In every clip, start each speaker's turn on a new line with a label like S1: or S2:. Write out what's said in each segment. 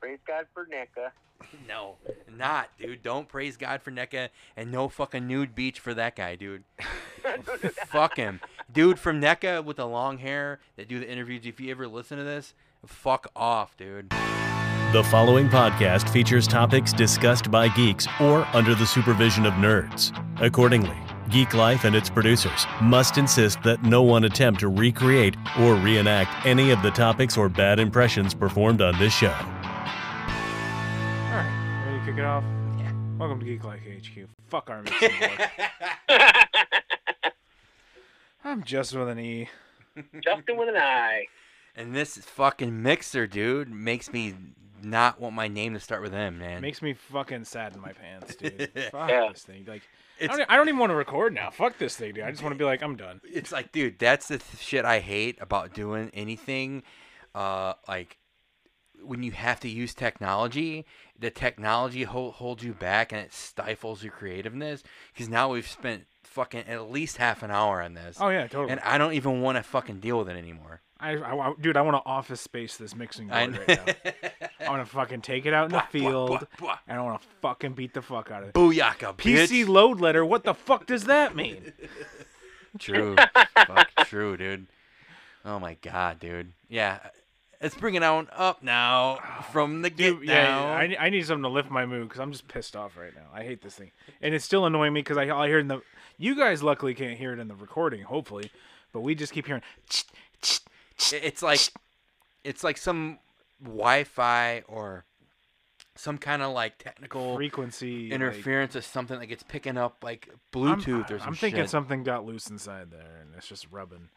S1: Praise God for E NECA.
S2: No, not, dude. Don't praise God for NECA and no fucking nude beach for that guy, dude. fuck him. Dude from NECA with the long hair that do the interviews, if you ever listen to this, fuck off, dude.
S3: The following podcast features topics discussed by geeks or under the supervision of nerds. Accordingly, Geek Life and its producers must insist that no one attempt to recreate or reenact any of the topics or bad impressions performed on this show.
S4: All right, ready to kick it off?
S2: Yeah.
S4: Welcome to Geek Like HQ. Fuck Army. Symbol. I'm just with an E.
S1: Justin with an eye.
S2: and this fucking mixer, dude, makes me not want my name to start with M, man.
S4: Makes me fucking sad in my pants, dude. Fuck
S1: Yeah.
S4: this thing. Like, I
S2: It's-
S4: don't, e, I don't even want to record now. Fuck this thing, dude. I just want to be like, I'm done.
S2: it's like, dude, that's the th- shit I hate about doing anything. Uh, like when you have to use technology, the technology ho- holds you back and it stifles your creativeness. Because now we've spent fucking at least half an hour on this,
S4: Oh yeah, totally.
S2: and I don't even want to fucking deal with it anymore.
S4: I, I, I- dude, I want to office space this mixing
S2: I
S4: board right now. I want to fucking take it out in the field,
S2: bwah.
S4: and I want to fucking beat the fuck out of it.
S2: Booyaka,
S4: PC
S2: bitch.
S4: load letter. What the fuck does that mean?
S2: True, fuck, true, dude. Oh my god, dude. Yeah, let's bring it on up now from the get
S4: Ah, Dude, yeah,
S2: down.
S4: I, I need something to lift my mood because I'm just pissed off right now. I hate this thing, and it's still annoying me because I all I hear in the. You guys luckily can't hear it in the recording, hopefully, but we just keep hearing.
S2: I- it's like it's like some Wi-Fi or some kind of like technical
S4: frequency
S2: interference or something that gets picking up like
S4: like, I'm-
S2: Bluetooth
S4: I'm,
S2: or some
S4: I'm thinking
S2: shit.
S4: something got loose inside there, and it's just rubbing.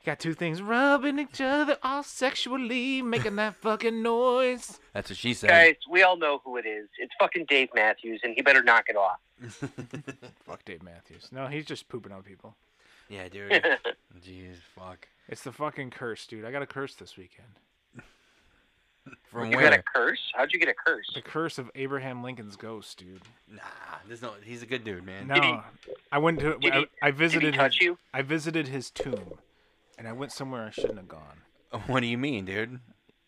S4: You got two things rubbing each other all sexually, making that fucking noise.
S2: That's what she said.
S1: Guys, we all know who it is. It's fucking Dave Matthews, and he better knock it off.
S4: Fuck Dave Matthews. No, he's just pooping on people.
S2: Yeah, dude. Jeez, fuck.
S4: It's the fucking curse, dude. I got a curse this weekend.
S2: From
S1: You
S2: where?
S1: got a curse? How'd you get a curse?
S4: The curse of Abraham Lincoln's ghost, dude.
S2: Nah, there's no. He's a good dude, man.
S4: No,
S1: Did he-
S4: I went to.
S1: did
S4: I,
S1: he- Did
S4: I
S1: he
S4: visited.
S1: touch
S4: his,
S1: you?
S4: I visited his tomb, and I went somewhere I shouldn't have gone.
S2: What do you mean, dude?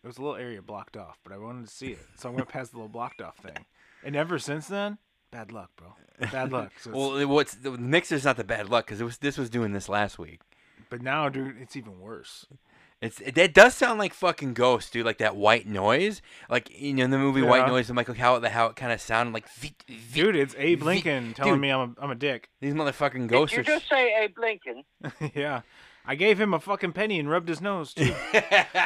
S4: It was a little area blocked off, but I wanted to see it, so I went past the little blocked off thing. And ever since then, bad luck, bro. Bad luck. So it's-
S2: Well, it- what's the mixer's not the bad luck because it was this was doing this last week.
S4: but now, dude, it's even worse.
S2: It's that does sound like fucking ghost, dude. Like that white noise, like you know in the movie White
S4: Yeah.
S2: Noise, the Michael how how it kind of sounded like. "Veet, veet,
S4: Dude, it's Abe
S2: Ve-
S4: Lincoln telling
S2: dude.
S4: me I'm a, I'm a dick.
S2: These motherfucking
S1: Did
S2: ghosts
S1: you
S2: are.
S1: just say Abe Lincoln?
S4: yeah, I gave him a fucking penny and rubbed his nose too.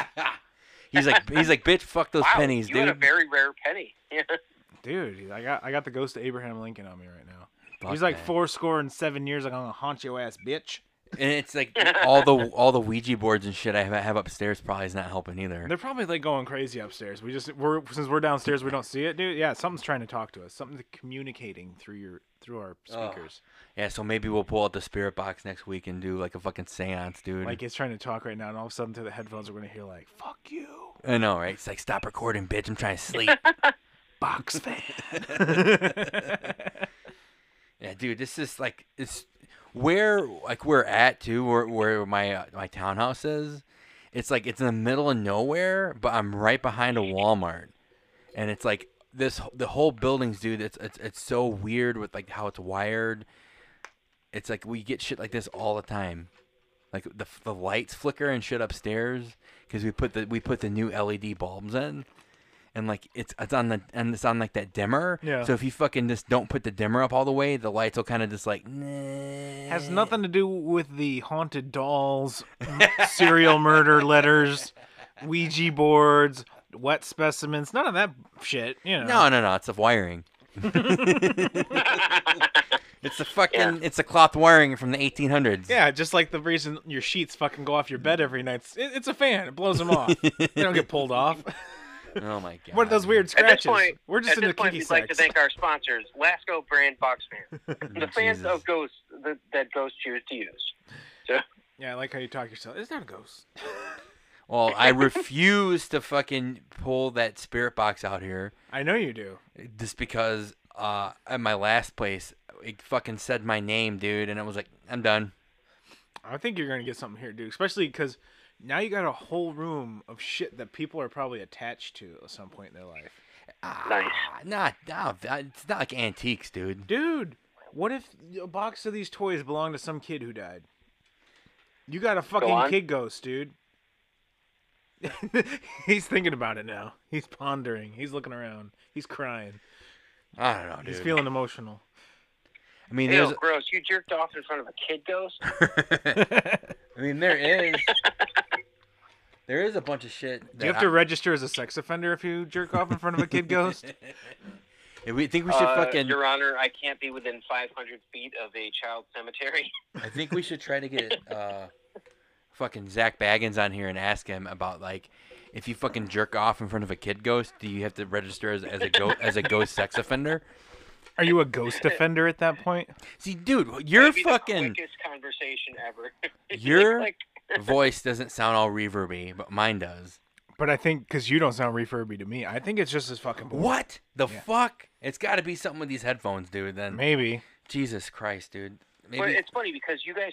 S2: he's like, he's like, bitch, fuck those
S1: Wow,
S2: pennies,
S1: you
S2: dude.
S1: had a very rare penny.
S4: dude, I got I got the ghost of Abraham Lincoln on me right now.
S2: Fuck
S4: He's like
S2: that.
S4: four score and seven years. Like I'm gonna haunt your ass, bitch.
S2: and it's like all the all the Ouija boards and shit I have, I have upstairs probably is not helping either.
S4: They're probably like going crazy upstairs. We just we're since we're downstairs, we don't see it, dude. Yeah, something's trying to talk to us. Something's communicating through your through our
S2: Ugh.
S4: speakers.
S2: Yeah, so maybe we'll pull out the spirit box next week and do like a fucking séance, dude.
S4: Like it's trying to talk right now, and all of a sudden through the headphones, we're gonna hear like "fuck you,
S2: I know, right? It's like stop recording, bitch. I'm trying to sleep.
S4: box fan."
S2: yeah, dude, this is like it's where like we're at too, where where my uh, my townhouse is. It's like it's in the middle of nowhere, but I'm right behind a Walmart, and it's like this wh- the whole building's dude. It's it's it's so weird with like how it's wired. It's like we get shit like this all the time. Like the, f- the lights flicker and shit upstairs because we put the we put the new LED bulbs in, and like it's it's on the and it's on like that dimmer.
S4: Yeah.
S2: So if you fucking just don't put the dimmer up all the way, the lights will kind of just like. "Nah."
S4: Has nothing to do with the haunted dolls, serial murder letters, Ouija boards, wet specimens. None of that shit. You know.
S2: No, no, no. It's the wiring. it's the fucking. It's the cloth wiring from the 1800s.
S4: Yeah, just like the reason your sheets fucking go off your bed every night. It's, it, it's a fan. It blows them off. they don't get pulled off.
S2: Oh my god.
S4: What are those weird
S1: At this
S4: scratches?
S1: point,
S4: We're just
S1: at
S4: in
S1: this
S4: the
S1: point,
S4: kinky
S1: we'd
S4: sex.
S1: like to thank our sponsors, Lasco Brand Box Fan, the fans
S2: Jesus.
S1: of ghosts that, that ghosts choose to use. So,
S4: yeah, I like how you talk to yourself. It's not a ghost.
S2: Well, I refuse to fucking pull that spirit box out here
S4: I know you do.
S2: just because uh at my last place it fucking said my name, dude, and I was like, I'm done.
S4: I think you're gonna get something here, dude. Especially because Now you got a whole room of shit that people are probably attached to at some point in their life.
S1: Nice.
S2: Ah, Not, not, it's not like antiques, dude.
S4: Dude, what if a box of these toys belonged to some kid who died? You got a fucking
S1: on.
S4: kid ghost, dude. He's thinking about it now. He's pondering. He's looking around. He's crying.
S2: I don't know, dude.
S4: He's feeling emotional.
S2: I mean,
S1: Ew,
S2: there's.
S1: gross. You jerked off in front of a kid ghost?
S2: I mean, there is. there is a bunch of shit.
S4: Do you
S2: that
S4: have to register as a sex offender if you jerk off in front of a kid ghost?
S2: I, we think we should
S1: Uh,
S2: fucking.
S1: Your Honor, I can't be within 500 feet of a child cemetery.
S2: I think we should try to get uh, fucking Zach Baggins on here and ask him about like, if you fucking jerk off in front of a kid ghost, do you have to register as, as a ghost as a ghost sex offender?
S4: Are you a ghost offender at that point?
S2: See, dude, your
S1: Maybe The
S2: fucking
S1: quickest conversation ever.
S2: You're-
S1: like,
S2: voice doesn't sound all reverby, but mine does.
S4: But I think because you don't sound reverby to me, I think it's just as fucking boring.
S2: What the
S4: Yeah.
S2: fuck? It's got to be something with these headphones, dude. Then
S4: Maybe.
S2: Jesus Christ, dude. Maybe
S1: but it's funny because you guys,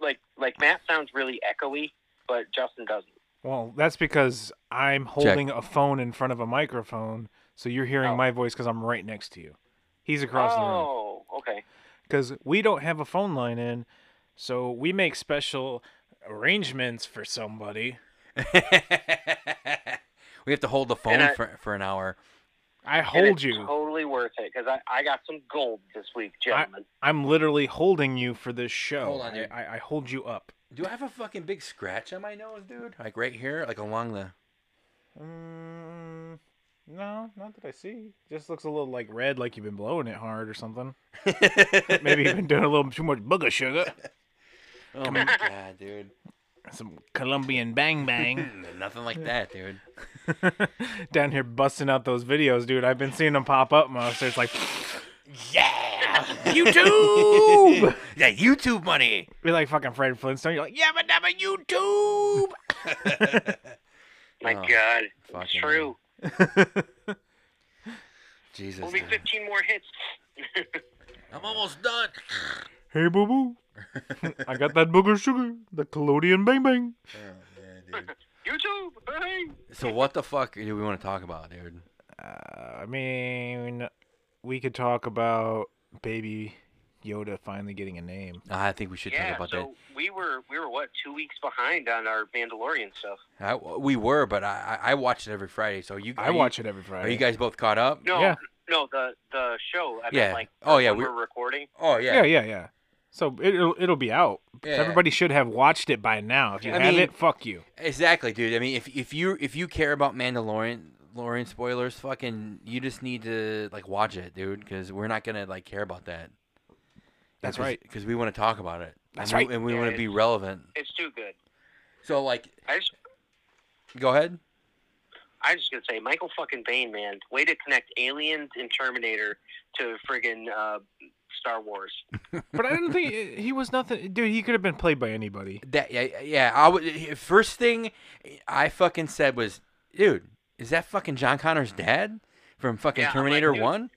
S1: like, like Matt sounds really echoey, but Justin doesn't.
S4: Well, that's because I'm holding a phone in front of a microphone, so you're hearing
S1: Oh.
S4: my voice because I'm right next to you. He's across the room
S1: Oh, okay.
S4: because we don't have a phone line in, so we make special arrangements for somebody.
S2: we have to hold the phone
S1: I-
S2: for, for an hour.
S4: I
S1: And
S4: hold
S1: it's
S4: you.
S1: Totally worth it because I, I got some gold this week, gentlemen.
S4: I'm literally holding you for this show.
S2: Hold on,
S4: I-
S2: dude.
S4: I, I hold you up.
S2: Do I have a fucking big scratch on my nose, dude? Like right here, like along the.
S4: Mm, no, not that I see. Just looks a little like red, like you've been blowing it hard or something. Maybe you've been doing a little too much booger sugar.
S2: Oh my god, dude.
S4: Some Colombian bang bang.
S2: Nothing like that, dude.
S4: Down here busting out those videos, dude. I've been seeing them pop up, monster. It's like
S2: Yeah.
S4: YouTube.
S2: yeah, YouTube money.
S4: You're like fucking Fred Flintstone. You're like, yeah, but never YouTube.
S1: My
S2: Oh,
S1: God, it's
S2: fucking
S1: true.
S2: Jesus.
S1: Only
S2: dude.
S1: 15 more hits.
S2: I'm almost done.
S4: Hey boo boo, I got that booger sugar, the Collodion bang bang.
S1: YouTube. Hey.
S2: So what the fuck do we want to talk about, dude?
S4: I mean, we could talk about baby Yoda finally getting a name.
S2: I think we should
S1: Yeah.
S2: talk about
S1: So we were we were what two weeks behind on our Mandalorian stuff.
S2: that. I, we were, but I, I I watch it every Friday. So you
S4: I watch it every Friday.
S2: Are you guys both caught up?
S1: No,
S4: Yeah.
S1: no, the the show. I
S2: Yeah.
S1: mean, like,
S2: Oh, yeah,
S1: when
S2: we-
S1: we're recording.
S2: Oh
S4: Yeah, yeah, yeah. So it'll it'll be out.
S2: Yeah.
S4: Everybody should have watched it by now. If you
S2: I
S4: haven't,
S2: mean-
S4: fuck you.
S2: Exactly, dude. I mean, if if you if you care about Mandalorian, Mandalorian spoilers, fucking, you just need to like watch it, dude, because we're not gonna like care about that.
S4: That's right.
S2: Because we want to talk about it.
S4: That's
S2: and we-
S4: right.
S2: and we
S1: Yeah,
S2: want to
S1: it-
S2: be relevant.
S1: It's too good.
S2: So like,
S1: I just
S2: go ahead.
S1: I was just gonna say Michael fucking Bain, man. Way to connect Aliens and Terminator to friggin' uh, Star Wars.
S4: But I didn't think he was nothing, dude. He could have been played by anybody.
S2: That yeah yeah. I would first thing I fucking said was, dude, is that fucking John Connor's dad from fucking
S1: Yeah, I'm like,
S2: Terminator
S1: dude.
S2: One?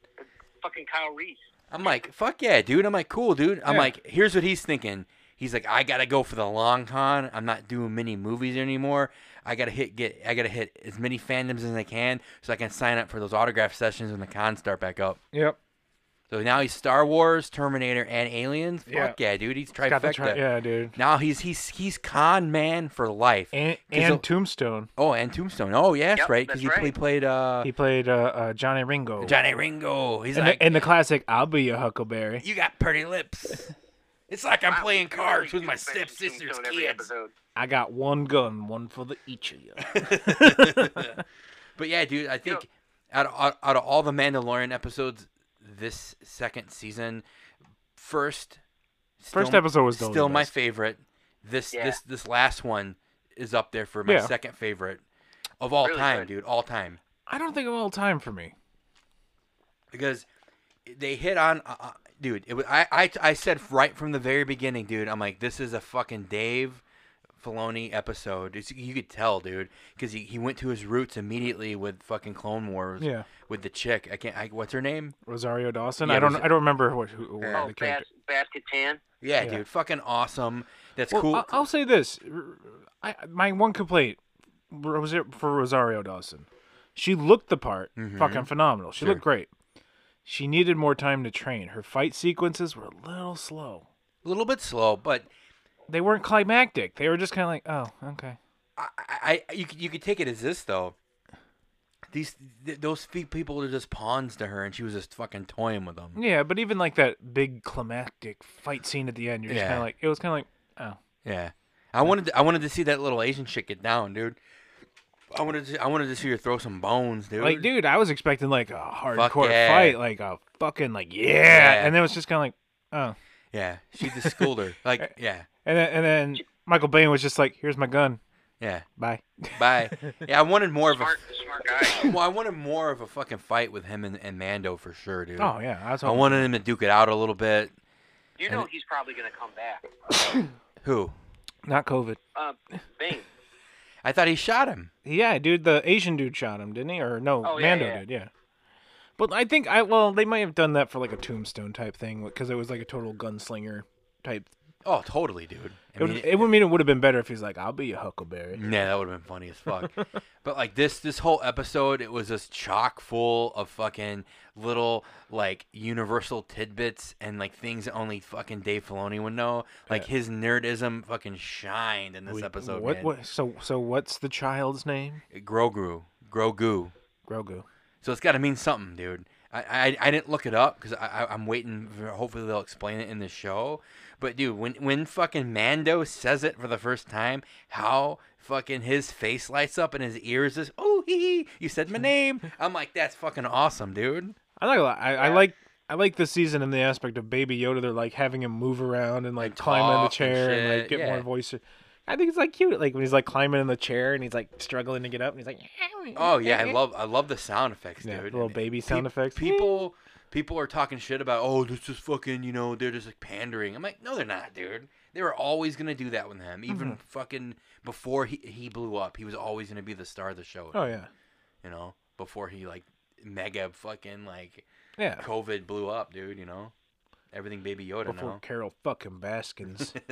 S1: Fucking Kyle Reese.
S2: I'm like, fuck yeah, dude. I'm like, cool, dude. I'm
S4: Yeah.
S2: like, here's what he's thinking. He's like, I gotta go for the long con. I'm not doing many movies anymore. I gotta hit get I gotta hit as many fandoms as I can so I can sign up for those autograph sessions when the cons start back up.
S4: Yep.
S2: So now he's Star Wars, Terminator, and Aliens.
S4: Yeah.
S2: Fuck yeah, dude. He's
S4: Got the
S2: trifecta.
S4: tri- yeah, dude.
S2: Now he's he's he's con man for life.
S4: And,
S2: 'Cause
S4: and
S2: he'll-
S4: Tombstone.
S2: oh, and Tombstone. Oh yes,
S1: Yep,
S2: right.
S1: that's
S2: Because he, he
S1: right.
S2: played uh
S4: He played uh, uh, Johnny Ringo.
S2: Johnny Ringo. He's
S4: and,
S2: like,
S4: the, and the classic "I'll be your Huckleberry."
S2: you got pretty lips. It's like I'm
S1: Wow,
S2: playing
S1: you
S2: cards
S1: really
S2: with
S1: do
S2: my
S1: mention
S2: stepsister's
S1: Tombstone every
S2: kids.
S1: episode.
S4: I got one gun, one for the each of you.
S2: But yeah, dude, I think out, of, out, out of all the Mandalorian episodes this second season, first still-
S4: First episode was the
S2: still my
S4: best.
S2: favorite. This
S1: Yeah.
S2: this this last one is up there for my
S4: Yeah.
S2: second favorite of all
S1: Really
S2: time,
S1: good.
S2: dude, all time.
S4: I don't think of all time for me.
S2: because they hit on uh, uh, dude it was I, I i said right from the very beginning dude i'm like this is a fucking dave Filoni episode it's, you could tell dude because he, he went to his roots immediately with fucking clone wars
S4: Yeah.
S2: with the chick i can't I, what's her name
S4: Rosario Dawson.
S2: Yeah,
S4: I don't.
S2: Ros-
S4: I don't remember what, who, who
S2: Yeah.
S1: Oh,
S4: the character.
S1: Bas- Basket Tan.
S2: yeah,
S4: Yeah.
S2: dude fucking awesome That's
S4: Well, uh,
S2: cool.
S4: I- I'll say this: I, my one complaint was it for Rosario Dawson. She looked the part,
S2: Mm-hmm.
S4: fucking phenomenal. She looked great. She needed more time to train. Her fight sequences were a little slow.
S2: a little bit slow, but
S4: They weren't climactic. They were just kind of like, oh, okay.
S2: I, I, I you could you could take it as this though. These th- those few people are just pawns to her, and she was just fucking toying with them.
S4: Yeah, but even like that big climactic fight scene at the end, you're just
S2: Yeah.
S4: kind of like, it was kind of like, oh,
S2: Yeah, I wanted to, I wanted to see that little Asian shit get down, dude. I wanted to I wanted to see her throw some bones, dude.
S4: like dude, I was expecting like a hardcore
S2: yeah.
S4: fight, like a fucking like yeah,
S2: Yeah.
S4: and then it was just kind of like, oh,
S2: Yeah, she just schooled her. Like, yeah,
S4: and then and then Michael Bain was just like, here's my gun,
S2: yeah.
S4: bye.
S2: Bye. Yeah, I wanted more of a.
S1: Smart, smart guy.
S2: Well, I wanted more of a fucking fight with him and, and Mando for sure, dude.
S4: Oh yeah, I was
S2: I
S4: hoping-
S2: wanted him to duke it out a little bit.
S1: You know he's probably going to come back.
S2: Who?
S4: not COVID.
S1: Uh, Bane.
S2: I thought he shot him.
S4: Yeah, dude, the Asian dude shot him, didn't he? Or no,
S1: Oh, yeah,
S4: Mando
S1: yeah, yeah.
S4: did. Yeah. But I think I well, they might have done that for like a tombstone type thing because it was like a total gunslinger type.
S2: Oh, totally, dude. I
S4: It would,
S2: mean,
S4: it would mean it would have been better if he's like, "I'll be your Huckleberry."
S2: Yeah, that would have been funny as fuck. but like this this whole episode, it was just chock full of fucking little like universal tidbits and like things that only fucking Dave Filoni would know. Like his nerdism fucking shined in this episode.
S4: What,
S2: man.
S4: what? So so what's the child's name?
S2: Grogu. Grogu.
S4: Grogu.
S2: So it's got to mean something, dude. I, I, I didn't look it up because I, I I'm waiting for hopefully they'll explain it in the show. But dude, when when fucking Mando says it for the first time, how fucking his face lights up and his ears is oh hee hee you said my name. I'm like that's fucking awesome, dude.
S4: I like I, I like I like this season in the aspect of Baby Yoda. They're like having him move around and like climb in the
S2: talk and
S4: chair and, like
S2: shit,
S4: get
S2: yeah.
S4: more voices. I think it's like cute, like when he's like climbing in the chair and he's like struggling to get up and he's like,
S2: Oh yeah, I love I love the sound effects,
S4: Yeah,
S2: dude.
S4: little
S2: And
S4: baby sound effects.
S2: People people are talking shit about oh this is fucking you know they're just like pandering. I'm like no they're not, dude. They were always gonna do that with him, even
S4: Mm-hmm.
S2: fucking before he he blew up. He was always gonna be the star of the show.
S4: Oh yeah,
S2: You know before he like mega fucking like
S4: yeah.
S2: COVID blew up, dude. You know everything Baby Yoda
S4: Before
S2: now.
S4: Carol fucking Baskins.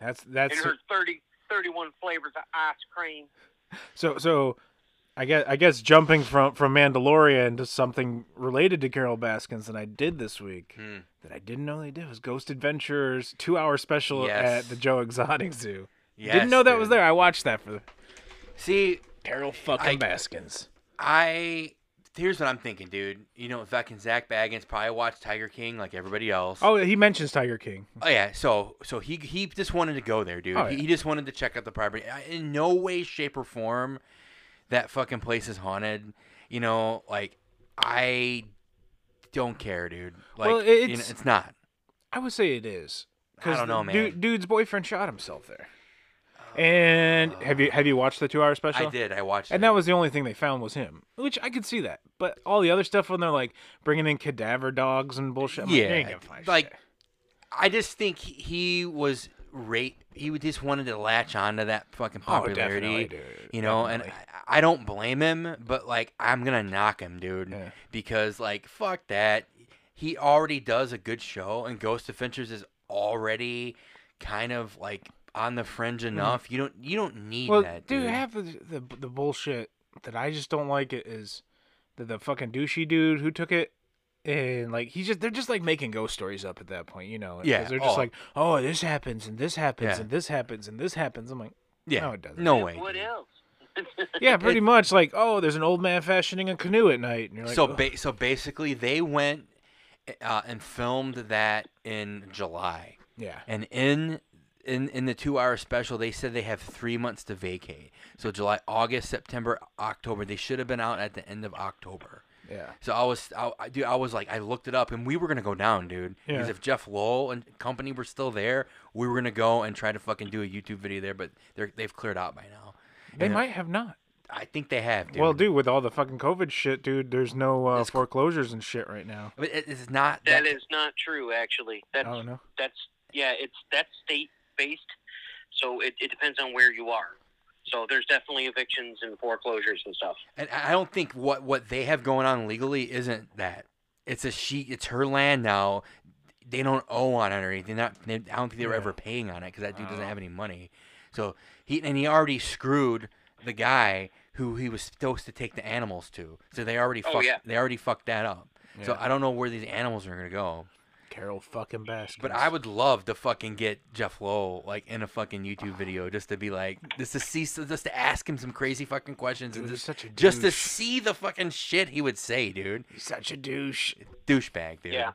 S4: that's
S1: And
S4: that's
S1: her 30, 31 flavors of ice cream.
S4: so so. I guess I guess jumping from from Mandalorian to something related to Carol Baskins that I did this week
S2: Hmm.
S4: that I didn't know they did was Ghost Adventures two hour special
S2: Yes.
S4: at the Joe Exotic Zoo.
S2: Yes,
S4: didn't know that was
S2: dude.
S4: there. I watched that for the
S2: See,
S4: Carol fucking
S2: I-
S4: Baskins.
S2: I here's what I'm thinking, dude. You know fucking Zach Baggins probably watched Tiger King like everybody else.
S4: Oh, he mentions Tiger King.
S2: Oh yeah, so so he he just wanted to go there, dude.
S4: Oh,
S2: He-
S4: yeah.
S2: He just wanted to check out the property. I- In no way, shape, or form, that fucking place is haunted. You know, like I don't care, dude. Like
S4: Well,
S2: you know,
S4: it's-
S2: it's not.
S4: I would say it is.
S2: I
S4: 'Cause
S2: don't know,
S4: the du-
S2: man.
S4: dude's boyfriend shot himself there. And have you have you watched the two hour special?
S2: I did. I watched.
S4: And
S2: it.
S4: that was the only thing they found was him, which I could see that. But all the other stuff when they're like bringing in cadaver dogs and bullshit, I'm like, "You ain't
S2: yeah,
S4: gonna find
S2: like
S4: shit."
S2: I just think he, he was rate. He would- just wanted to latch onto that fucking popularity,
S4: Oh, definitely, dude.
S2: you know. And I, I don't blame him, but like I'm gonna knock him, dude,
S4: Yeah.
S2: because like fuck that. He already does a good show, and Ghost Adventures is already kind of like on the fringe enough. You don't you don't need
S4: Hmm. well,
S2: that,
S4: dude, half of the, the the bullshit that I just don't like it is the the fucking douchey dude who took it. And like he's just they're just like making ghost stories up at that point, you know. 'cause
S2: Yeah,
S4: They're just
S2: oh.
S4: like, Oh, this happens and this happens
S2: Yeah.
S4: and this happens and this happens. I'm like,
S2: yeah,
S4: no, it doesn't.
S2: No way.
S1: What
S2: dude.
S1: else?
S4: Yeah, pretty much like, oh, there's an old man fashioning a canoe at night and you're like
S2: so
S4: "Ugh."
S2: ba- so basically, they went uh, and filmed that in July.
S4: Yeah.
S2: And in in in the two hour special, they said they have three months to vacate. So July, August, September, October. They should have been out at the end of October.
S4: Yeah.
S2: So I was, I, I- dude, I was like, I looked it up, and we were gonna go down, dude. Because
S4: Yeah.
S2: if Jeff Lowell and company were still there, we were gonna go and try to fucking do a YouTube video there. But they're they've cleared out by now.
S4: They
S2: And
S4: might have not.
S2: I think they have, dude.
S4: Well, dude, with all the fucking COVID shit, dude, there's no uh,
S2: It's-
S4: foreclosures and shit right now.
S2: But it, it's not
S1: That is not true, actually. That's
S2: Oh,
S4: I don't know.
S1: that's yeah, it's that's state based, so it, it depends on where you are. So there's definitely evictions and foreclosures and stuff.
S2: And I I don't think what what they have going on legally isn't that. It's a she. It's her land now. they don't owe on it or anything. Not, they, I don't think they were ever paying on it because that dude doesn't have any money. So he and he already screwed the guy who he was supposed to take the animals to. So they already
S1: Oh,
S2: fucked,
S1: yeah.
S2: they already fucked that up. So
S4: Yeah.
S2: I don't know where these animals are gonna go.
S4: Carol fucking Baskins.
S2: But I would love to fucking get Jeff Lowe like in a fucking YouTube video just to be like just to see just to ask him some crazy fucking questions and
S4: Dude,
S2: just
S4: he's such a
S2: just to
S4: douche.
S2: see the fucking shit he would say, dude.
S4: He's such a douche.
S2: Douchebag, dude.
S1: Yeah.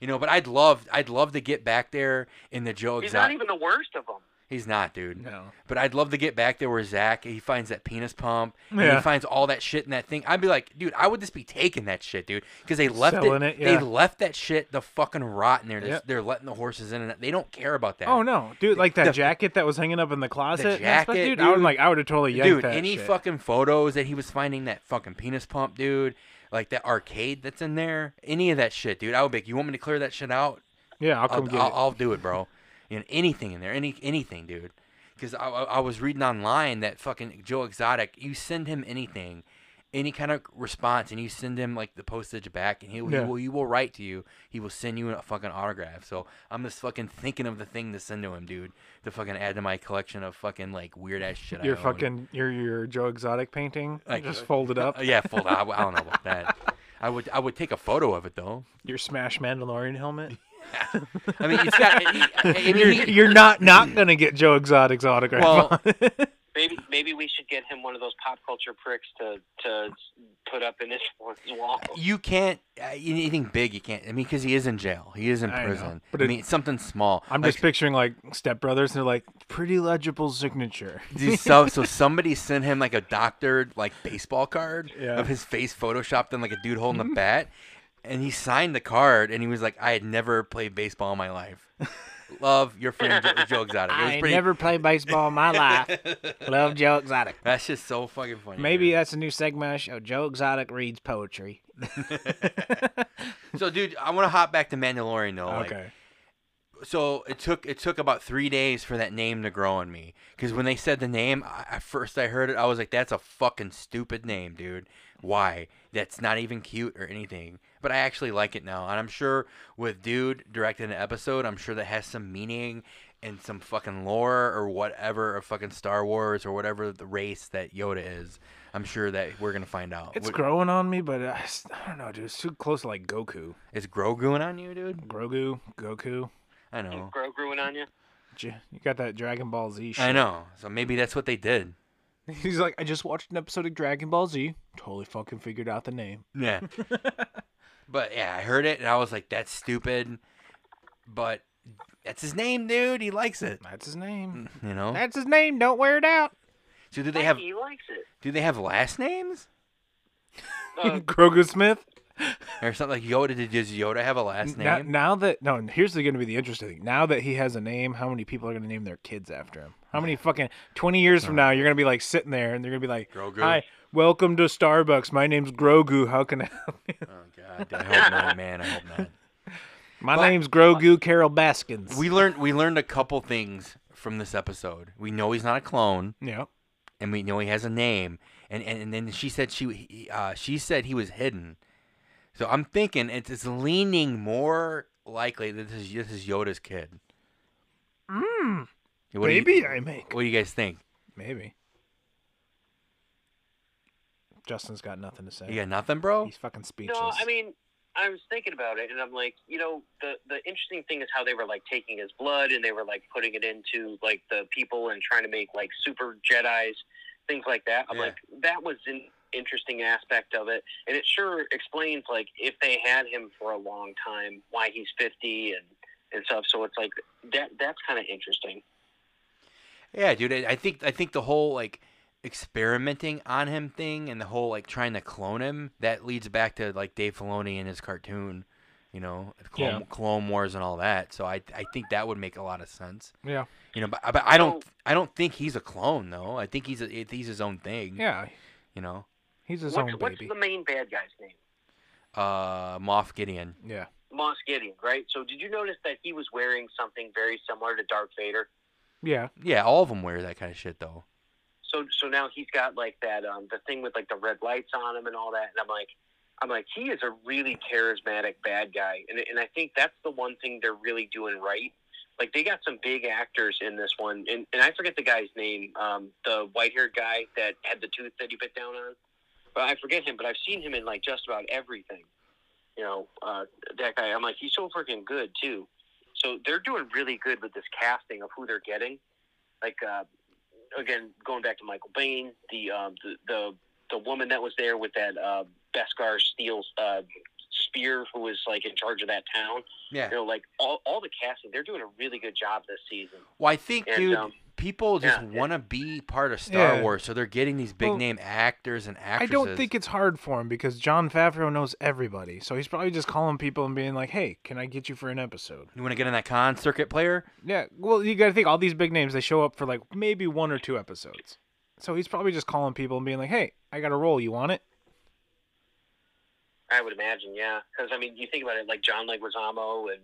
S2: You know, but I'd love I'd love to get back there in the Joe
S1: He's
S2: Exotic.
S1: not even the worst of them.
S2: He's not, dude.
S4: No.
S2: But I'd love to get back there where Zach he finds that penis pump and
S4: Yeah.
S2: he finds all that shit in that thing. I'd be like, dude, I would just be taking that shit, dude, because they left
S4: Selling it, yeah.
S2: They left that shit the fucking rot in there. They're-
S4: Yep.
S2: They're letting the horses in and they don't care about that.
S4: Oh no, dude! Like that
S2: The-
S4: jacket that was hanging up in the closet. and stuff,
S2: jacket,
S4: dude, I would
S2: dude.
S4: like. I would have totally yanked
S2: dude,
S4: that
S2: any
S4: shit.
S2: fucking photos that he was finding that fucking penis pump, dude, like that arcade that's in there, any of that shit, dude. I would be, like, you want me to clear that shit out?
S4: Yeah, I'll come
S2: I'll,
S4: get
S2: I'll,
S4: it.
S2: I'll do it, bro. You know, anything in there, any anything, dude. Because I, I, I was reading online that fucking Joe Exotic, you send him anything, any kind of response, and you send him like the postage back, and he, will
S4: Yeah.
S2: he will he will write to you. He will send you a fucking autograph. So I'm just fucking thinking of the thing to send to him, dude. To fucking add to my collection of fucking like weird ass shit. I
S4: your
S2: own.
S4: fucking your your Joe Exotic painting.
S2: Like-
S4: just fold it up.
S2: Uh, yeah, full. I, I don't know about that. I would I would take a photo of it though.
S4: Your Smash Mandalorian helmet.
S2: I mean, it's got. I- I mean,
S4: You're,
S2: he-
S4: you're not not gonna get Joe Exotic's autograph.
S2: well,
S1: Maybe maybe we should get him one of those pop culture pricks to to put up in his wall.
S2: you can't uh, anything big. You can't. I mean, because he is in jail. He is in
S4: I know,
S2: prison.
S4: but
S2: I
S4: it-
S2: mean, it's something small.
S4: I'm just picturing like Step Brothers, and they're like pretty legible signature.
S2: Dude, so so somebody sent him like a doctored like baseball card
S4: Yeah. Mm-hmm.
S2: of his face photoshopped in like a dude holding a bat, and he signed the card and he was like, "I had never played baseball in my life." Love your friend Joe, Joe Exotic. It was pretty,
S4: played baseball in my life. Love Joe Exotic.
S2: That's just so fucking funny.
S4: Maybe
S2: dude.
S4: that's a new segment. Show Joe Exotic reads poetry.
S2: so, dude. I want to hop back to Mandalorian though. like,
S4: okay.
S2: so it took it took about three days for that name to grow on me because when they said the name I, at first i heard it i was like that's a fucking stupid name dude why that's not even cute or anything but i actually like it now and i'm sure with dude directing an episode i'm sure that has some meaning and some fucking lore or whatever of fucking star wars or whatever the race that yoda is i'm sure that we're gonna find out
S4: It's
S2: What-
S4: growing on me, but uh, I, s- I don't know, dude. It's too close to like Goku,
S2: is grogu on you dude
S4: Grogu, Goku.
S2: i know
S1: Grogu and Anya.
S4: J- You got that Dragon Ball Z shit.
S2: i know so maybe that's what they did
S4: He's like, I just watched an episode of Dragon Ball Z. Totally fucking figured out the name.
S2: Yeah. but yeah, I heard it and I was like, that's stupid. But that's his name, dude. He likes it.
S4: That's his name.
S2: You know.
S4: That's his name. Don't wear it out.
S2: so do they have
S1: He likes it.
S2: do they have last names
S1: Uh,
S4: Grogu Smith.
S2: or something like Yoda? Did does Yoda have a last
S4: Now,
S2: name?
S4: now that no, and here's going to be the interesting thing. Now that he has a name, how many people are going to name their kids after him? How many fucking twenty years
S2: Uh-huh.
S4: from now you're going to be like sitting there and they're going to be like,
S2: Grogu.
S4: "Hi, welcome to Starbucks. My name's Grogu. How can I help you?
S2: oh God, dude, I hope not, man. I hope not.
S4: My
S2: But-
S4: name's Grogu Carol Baskins."
S2: We learned we learned a couple things from this episode. We know he's not a clone,
S4: yeah.
S2: and we know he has a name. And and, and then she said she he, uh, she said he was hidden. So I'm thinking it's, it's leaning more likely that this is this is Yoda's kid.
S4: Mm,
S2: What do you-
S4: maybe I make.
S2: What do you guys think?
S4: Maybe. Justin's got nothing to say.
S2: You got nothing, bro?
S4: He's fucking speechless.
S1: no, I mean, I was thinking about it, and I'm like, you know, the the interesting thing is how they were like taking his blood and they were like putting it into like the people and trying to make like super Jedi's, things like that. I'm
S2: Yeah.
S1: like, that was an interesting aspect of it, and it sure explains like if they had him for a long time, why he's 50 and and stuff. So it's like that that's kind of interesting.
S2: Yeah, dude. I I think I think the whole like experimenting on him thing and the whole like trying to clone him that leads back to like Dave Filoni and his cartoon, you know, Clone,
S4: Yeah.
S2: Clone Wars and all that. So I I think that would make a lot of sense.
S4: yeah.
S2: You know, but, but I don't I don't think he's a clone though. I think he's a, he's his own thing.
S4: Yeah.
S2: You know,
S4: He's his
S1: What's,
S4: own
S1: what's
S4: baby.
S1: the main bad guy's name?
S2: uh, Moff Gideon.
S4: Yeah.
S1: Moss Gideon, right? So did you notice that he was wearing something very similar to Darth Vader?
S4: Yeah.
S2: Yeah, all of them wear that kind of shit though.
S1: So so now he's got like that um the thing with like the red lights on him and all that, and I'm like, I'm like, he is a really charismatic bad guy, and and I think that's the one thing they're really doing right. Like they got some big actors in this one, and, and I forget the guy's name, um, the white haired guy that had the tooth that he bit down on. But I forget him, but I've seen him in like just about everything. You know, uh, that guy. I'm like, he's so freaking good too. So they're doing really good with this casting of who they're getting. Like uh, again, going back to Michael Bain, the um, the, the the woman that was there with that uh, Beskar steel uh, spear, who was like in charge of that town.
S2: Yeah.
S1: You know, like all, all the casting, they're doing a really good job this season.
S2: Well, I think,
S1: And,
S2: dude,
S1: um,
S2: people just
S1: yeah, yeah.
S2: want to be part of Star
S4: Yeah.
S2: Wars, so they're getting these big
S4: Well,
S2: name actors and
S4: I
S2: actresses.
S4: don't think it's hard for him because John Favreau knows everybody, so he's probably just calling people and being like, "Hey, can I get you for an episode?"
S2: you want to get in that con circuit player.
S4: Yeah. Well, you got to think all these big names they show up for like maybe one or two episodes, so he's probably just calling people and being like, "Hey, I got a role. You want it?"
S1: I would imagine, yeah. Because I mean, you think about it, like John Leguizamo and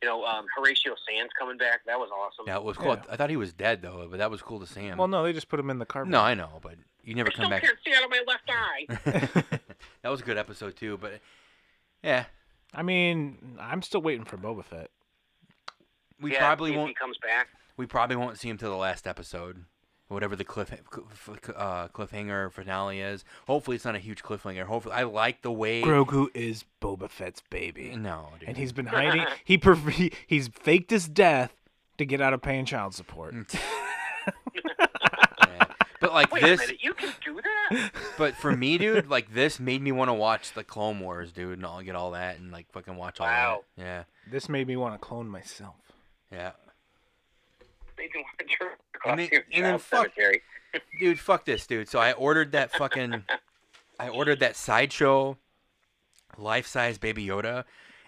S1: you know um, Horatio Sands coming back. That was awesome.
S2: That was cool.
S4: Yeah.
S2: I thought he was dead though, but that was cool to see him.
S4: Well, no, they just put him in the carpet.
S2: no, I know, but you never
S1: I
S2: come
S1: still
S2: back.
S1: can't see out of my left eye.
S2: that was a good episode too, but yeah,
S4: I mean, I'm still waiting for Boba Fett.
S2: we
S1: Yeah,
S2: probably
S1: if He
S2: won't.
S1: comes back.
S2: We probably won't see him till the last episode, whatever the cliff uh, cliffhanger finale is. Hopefully, it's not a huge cliffhanger. Hopefully, I like the way.
S4: Grogu is Boba Fett's baby.
S2: No, dude.
S4: and he's been hiding. He, perf- he he's faked his death to get out of paying child support.
S2: Mm. Yeah. But like
S1: Wait
S2: this,
S1: a minute, you can do that?
S2: but for me, dude, like this made me want to watch the Clone Wars, dude, and I'll get all that and like fucking watch all
S1: Wow.
S2: that. Yeah,
S4: This made me want to clone myself.
S2: yeah,
S1: They can watch her
S2: And then-
S1: costume
S2: and then
S1: child
S2: fuck-
S1: cemetery.
S2: dude, fuck this, dude. So I ordered that fucking, I ordered that sideshow, life size Baby Yoda,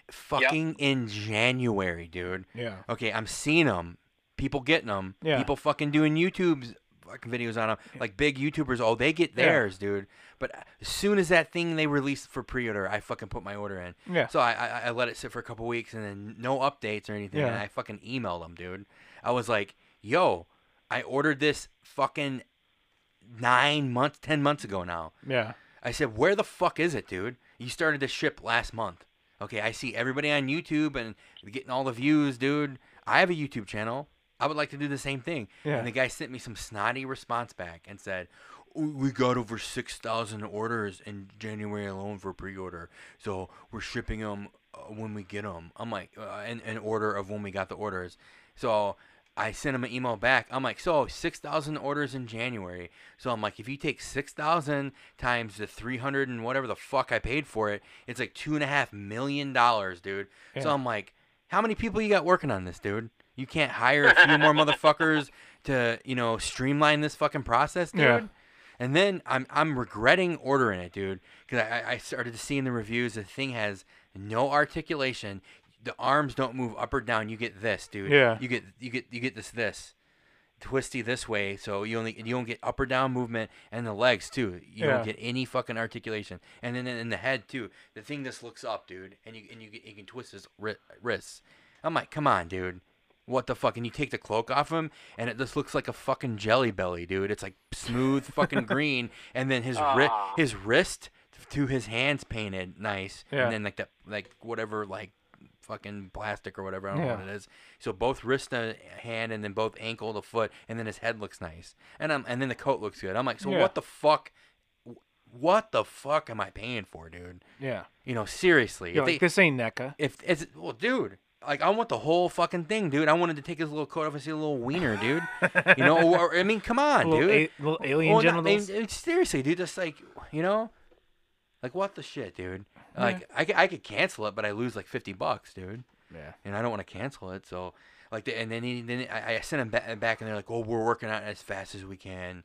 S2: fucking in January, dude.
S4: Yeah.
S2: Okay, I'm seeing them, people getting them,
S4: Yeah.
S2: people fucking doing YouTube's fucking videos on them, like big YouTubers. Oh, they get
S4: Yeah.
S2: theirs, dude. But as soon as that thing they released for pre-order, I fucking put my order in.
S4: Yeah.
S2: So I, I I let it sit for a couple weeks and then no updates or anything. And
S4: Yeah.
S2: I fucking emailed them, dude. I was like, yo, I ordered this fucking nine months, ten months ago now.
S4: Yeah.
S2: I said, "Where the fuck is it, dude? You started this ship last month. Okay, I see everybody on YouTube and getting all the views, dude. I have a YouTube channel. I would like to do the same thing."
S4: Yeah.
S2: And the guy sent me some snotty response back and said, "Oh, "We got over six thousand orders in January alone for pre-order, so we're shipping them when we get them." I'm like, uh, in, in order of when we got the orders, so. I sent him an email back. I'm like, so 6,000 orders in January. So I'm like, if you take 6,000 times the 300 and whatever the fuck I paid for it, it's like two and a half million dollars, dude. So
S4: Yeah.
S2: I'm like, how many people you got working on this, dude? You can't hire a few more motherfuckers to, you know, streamline this fucking process, dude.
S4: Yeah.
S2: And then I'm I'm regretting ordering it, dude, because I, I started seeing the reviews. The thing has no articulation. The arms don't move up or down. You get this, dude.
S4: Yeah.
S2: You get you get you get this this twisty this way, so you only you don't get up or down movement, and the legs too. You don't
S4: Yeah.
S2: get any fucking articulation, and then in the head too. The thing just looks up, dude, and you and you, get, you can twist his wri- wrists. I'm like, come on, dude. What the fuck? And you take the cloak off him, and it just looks like a fucking jelly belly, dude. It's like smooth fucking green, and then his wri-
S4: Ah.
S1: Aw.
S2: his wrist to his hands painted nice,
S4: Yeah.
S2: and then like that like whatever like fucking plastic or whatever. I don't know what
S4: Yeah.
S2: it is. So both wrist to hand, and then both ankle to foot, and then his head looks nice, and I'm and then the coat looks good. I'm like, so
S4: Yeah.
S2: what the fuck? What the fuck am I paying for, dude?
S4: Yeah.
S2: You know, seriously.
S4: You're
S2: if
S4: like,
S2: they,
S4: this ain't NECA.
S2: if it's well, dude. Like I want the whole fucking thing, dude. I wanted to take his little coat off and see a little wiener, dude. You know, or, I mean, come on,
S4: Little,
S2: dude.
S4: a- little alien
S2: Well, not-
S4: genitals.
S2: I mean, seriously, dude. Just like you know, like what the shit, dude. Like I, c- I could cancel it, but I lose like fifty bucks, dude.
S4: Yeah.
S2: And I don't want to cancel it, so like, the, and then he, then I, I sent him ba- back, and they're like, "Oh, we're working on it as fast as we can."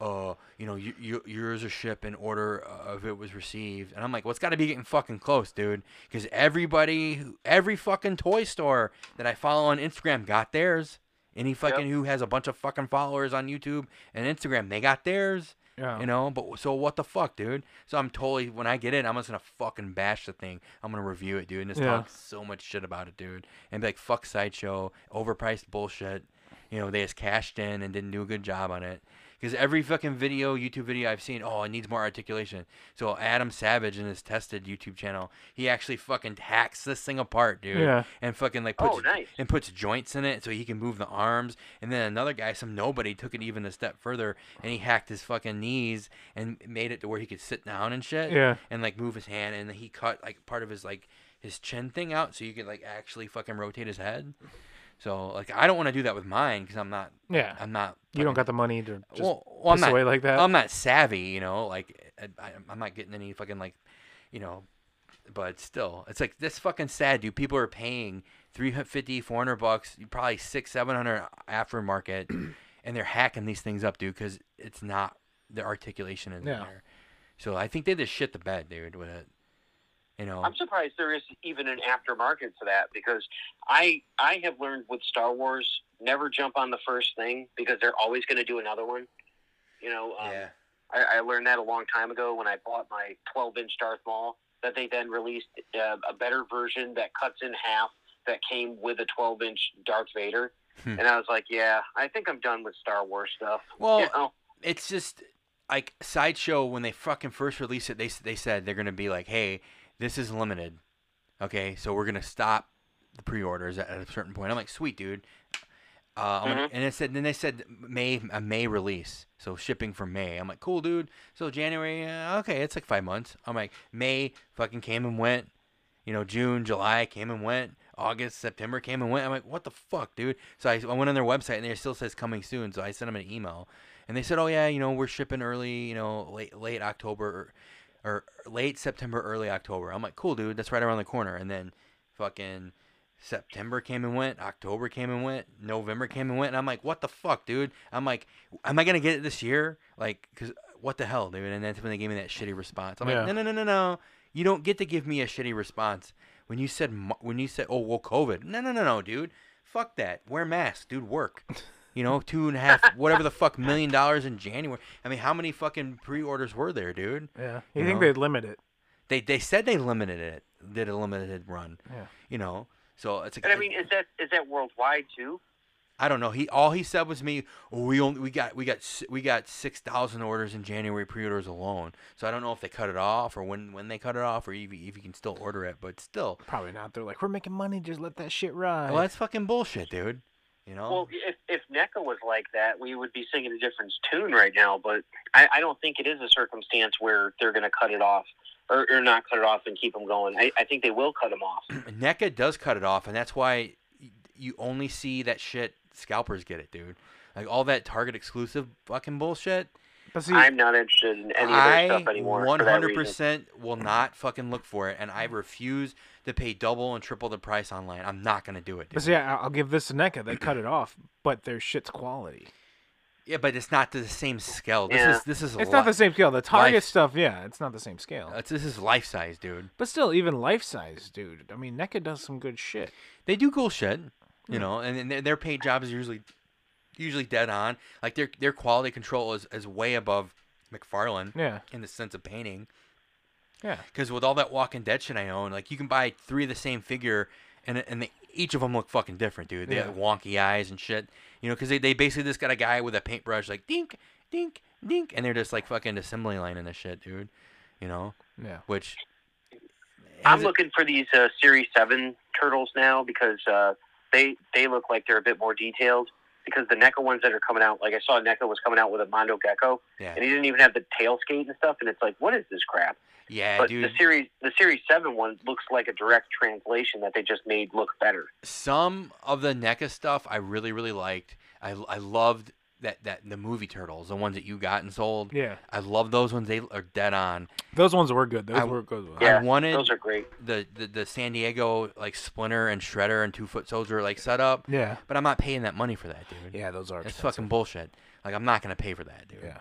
S2: Uh, you know, you, you, yours a ship in order of it was received, and I'm like, "Well, it's got to be getting fucking close, dude," because everybody, who- every fucking toy store that I follow on Instagram got theirs. Any fucking who has a bunch of fucking followers on YouTube and Instagram, they got theirs.
S4: Yeah.
S2: You know, but so what the fuck, dude? So I'm totally when I get in, I'm just gonna fucking bash the thing. I'm gonna review it, dude, and just
S4: Yeah.
S2: talk so much shit about it, dude, and be like, fuck sideshow, overpriced bullshit. You know, they just cashed in and didn't do a good job on it. Because every fucking video, YouTube video I've seen, oh, it needs more articulation. So Adam Savage in his tested YouTube channel, he actually fucking hacks this thing apart, dude.
S4: Yeah.
S2: And fucking like
S1: Oh,
S2: puts
S1: nice.
S2: and puts joints in it so he can move the arms. And then another guy, some nobody, took it even a step further and he hacked his fucking knees and made it to where he could sit down and shit.
S4: Yeah.
S2: And like move his hand and he cut like part of his like his chin thing out so you could like actually fucking rotate his head. So like I don't want to do that with mine because I'm not
S4: Yeah.
S2: I'm not
S4: You don't got the money to just
S2: well, well, I'm
S4: piss
S2: not Um,
S4: away like that.
S2: I'm not savvy, you know. Like I, I- I'm not getting any fucking like, you know. But still, it's like this fucking sad, dude. People are paying 350, 400 bucks, probably six, seven hundred aftermarket, and they're hacking these things up, dude, because it's not the articulation is
S4: Yeah.
S2: there. So I think they just shit the bed, dude, with it. You know.
S1: I'm surprised there is even an aftermarket for that because I I have learned with Star Wars never jump on the first thing because they're always going to do another one. You know, um,
S2: yeah.
S1: I, I learned that a long time ago when I bought my 12 inch Darth Maul. That they then released uh, a better version that cuts in half that came with a 12 inch Darth Vader.
S2: Hmm.
S1: And I was like, yeah, I think I'm done with Star Wars stuff.
S2: Well,
S1: You know?
S2: it's just like sideshow when they fucking first released it they s- they said they're gonna be like hey this is limited okay so we're gonna stop the pre-orders at, at a certain point i'm like sweet dude uh, I'm gonna- and it said then they said may a may release so shipping for may i'm like cool dude so january uh, okay it's like five months i'm like may fucking came and went you know, June, July came and went. August, September came and went. I'm like, what the fuck, dude? So I, I went on their website and there still says coming soon. So I sent them an email, and they said, oh yeah, you know, we're shipping early, you know, late late October, or, or late September, early October. I'm like, cool, dude, that's right around the corner. And then, fucking. September came and went, October came and went, November came and went, and I'm like, what the fuck, dude? I'm like, am I gonna get it this year? Like, cause what the hell, dude? And that's when they gave me that shitty response. I'm like,
S4: Yeah.
S2: no, no, no, no, no. You don't get to give me a shitty response when you said mo- when you said, oh well, COVID. No, no, no, no, dude. Fuck that. Wear masks, dude. Work. You know, two and a half, whatever the fuck, million dollars in January. I mean, how many fucking pre-orders were there, dude?
S4: yeah. You,
S2: you
S4: think
S2: know?
S4: they'd limit it?
S2: They they said they limited it, did a limited run.
S4: Yeah.
S2: You know, so it's. like-
S1: But I mean, is that is that worldwide too?
S2: I don't know. He all he said was me. "Oh, We only we got we got s- we got six thousand orders in January pre-orders alone. So I don't know if they cut it off or when when they cut it off or if, if you can still order it. But still,
S4: Probably not. They're like, we're making money. Just let that shit ride.
S2: well, that's fucking bullshit, dude. You know.
S1: Well, if if NECA was like that, we would be singing a different tune right now. But I, I don't think it is a circumstance where they're going to cut it off or, or not cut it off and keep them going. I, I think they will cut them off.
S2: NECA does cut it off, and that's why y- you only see that shit. Scalpers get it, dude. Like all that Target exclusive fucking bullshit.
S4: But see,
S1: I'm not interested in any of their
S2: I
S1: stuff anymore.
S2: one
S1: for that
S2: hundred
S1: reason.
S2: percent will not fucking look for it, and I refuse to pay double and triple the price online. I'm not gonna do it. Dude.
S4: but see, I- I'll give this to NECA. They cut it off, but their shit's quality.
S2: Yeah, but it's not to the same scale. This
S1: Yeah.
S2: is this is
S4: It's not the same scale. The Target
S2: life-
S4: stuff, yeah, it's not the same scale.
S2: It's, this is life size, dude.
S4: but still, even life size, dude. I mean, NECA does some good shit.
S2: They do cool shit, you know, and, and their- their paid job is usually usually dead on. Like their their quality control is, is way above McFarlane
S4: Yeah,
S2: in the sense of painting.
S4: yeah,
S2: Because with all that Walking Dead shit I own, like you can buy three of the same figure, and and they, each of them look fucking different, dude. They
S4: Yeah.
S2: have wonky eyes and shit, you know. Because they, they basically just got a guy with a paintbrush, like dink, dink, dink, and they're just like fucking assembly line and this shit, dude. You know,
S4: yeah.
S2: which
S1: I'm
S2: has it-
S1: looking for these uh, Series Seven turtles now because uh, they they look like they're a bit more detailed. Because the NECA ones that are coming out, like I saw NECA was coming out with a Mondo Gecko,
S2: yeah,
S1: and he didn't even have the tail skate and stuff. And it's like, what is this crap?
S2: yeah,
S1: But
S2: dude.
S1: the series, the series seven one looks like a direct translation that they just made look better.
S2: some of the NECA stuff I really really liked. I, I loved that that the movie turtles, the ones that you got and sold.
S4: Yeah,
S2: I love those ones. They are dead on.
S4: those ones were good. Those
S2: I-
S4: were good. Ones.
S2: I
S1: Yeah,
S2: wanted-
S1: those are great.
S2: The, the the San Diego like Splinter and Shredder and Two Foot Soldier like setup.
S4: yeah,
S2: But I'm not paying that money for that, dude.
S4: yeah. Those are.
S2: That's
S4: expensive.
S2: fucking bullshit. Like I'm not gonna pay for that, dude.
S4: Yeah.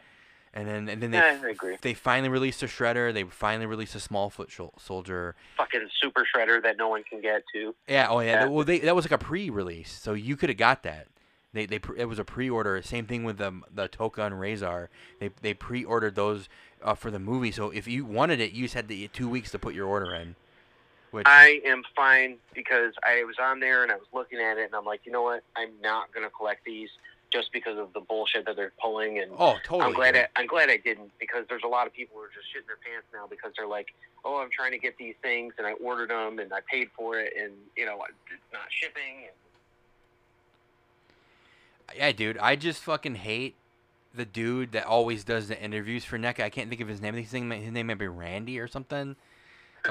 S2: And then and then they
S1: Yeah, I agree.
S2: they finally released a Shredder. They finally released a Small Foot Shol- Soldier.
S1: Fucking super shredder that no one can get to.
S2: Yeah. Oh yeah.
S1: Yeah.
S2: Well, they that was like a pre-release, so you could have got that. They they pre- it was a pre-order. Same thing with the the Toka and Razor. They they pre-ordered those uh, for the movie. So if you wanted it, you just had the two weeks to put your order in. Which
S1: I am fine because I was on there and I was looking at it and I'm like, you know what? I'm not gonna collect these. just because of the bullshit that they're pulling. And
S2: Oh, totally.
S1: I'm glad
S2: dude.
S1: I, I'm glad I didn't because there's a lot of people who are just shitting their pants now because they're like, oh, I'm trying to get these things and I ordered them and I paid for it and you know it's not shipping. And,
S2: Yeah, dude. I just fucking hate the dude that always does the interviews for NECA. I can't think of his name. His name, his name might be Randy or something.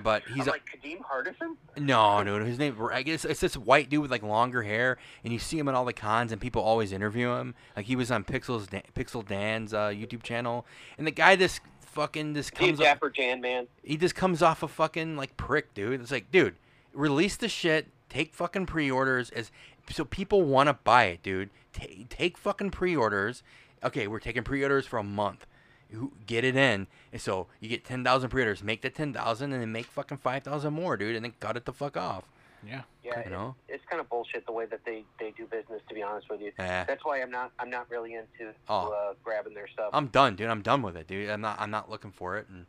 S2: But he's
S1: I'm like Kadeem Hardison.
S2: No, no, no. His name, I guess it's this white dude with like longer hair, and you see him at all the cons, and people always interview him. Like he was on Pixel's Dan, Pixel Dan's uh, YouTube channel, and the guy this fucking this
S1: He's
S2: comes off,
S1: Dapper Jan man.
S2: he just comes off a fucking like prick, dude. It's like, dude, release the shit, take fucking pre-orders as so people want to buy it, dude. Take take fucking pre-orders. Okay, we're taking pre-orders for a month. Who- Get it in, and so you get ten thousand pre-orders. Make the ten thousand, and then make fucking five thousand more, dude, and then cut it the fuck off.
S4: Yeah.
S1: Yeah,
S2: You know?
S1: it's, it's kind of bullshit the way that they, they do business. To be honest with you,
S2: Yeah.
S1: that's why I'm not I'm not really into
S2: Eh. Oh.
S1: uh, grabbing their stuff.
S2: I'm done, dude. I'm done with it, dude. I'm not. I'm not looking for it, and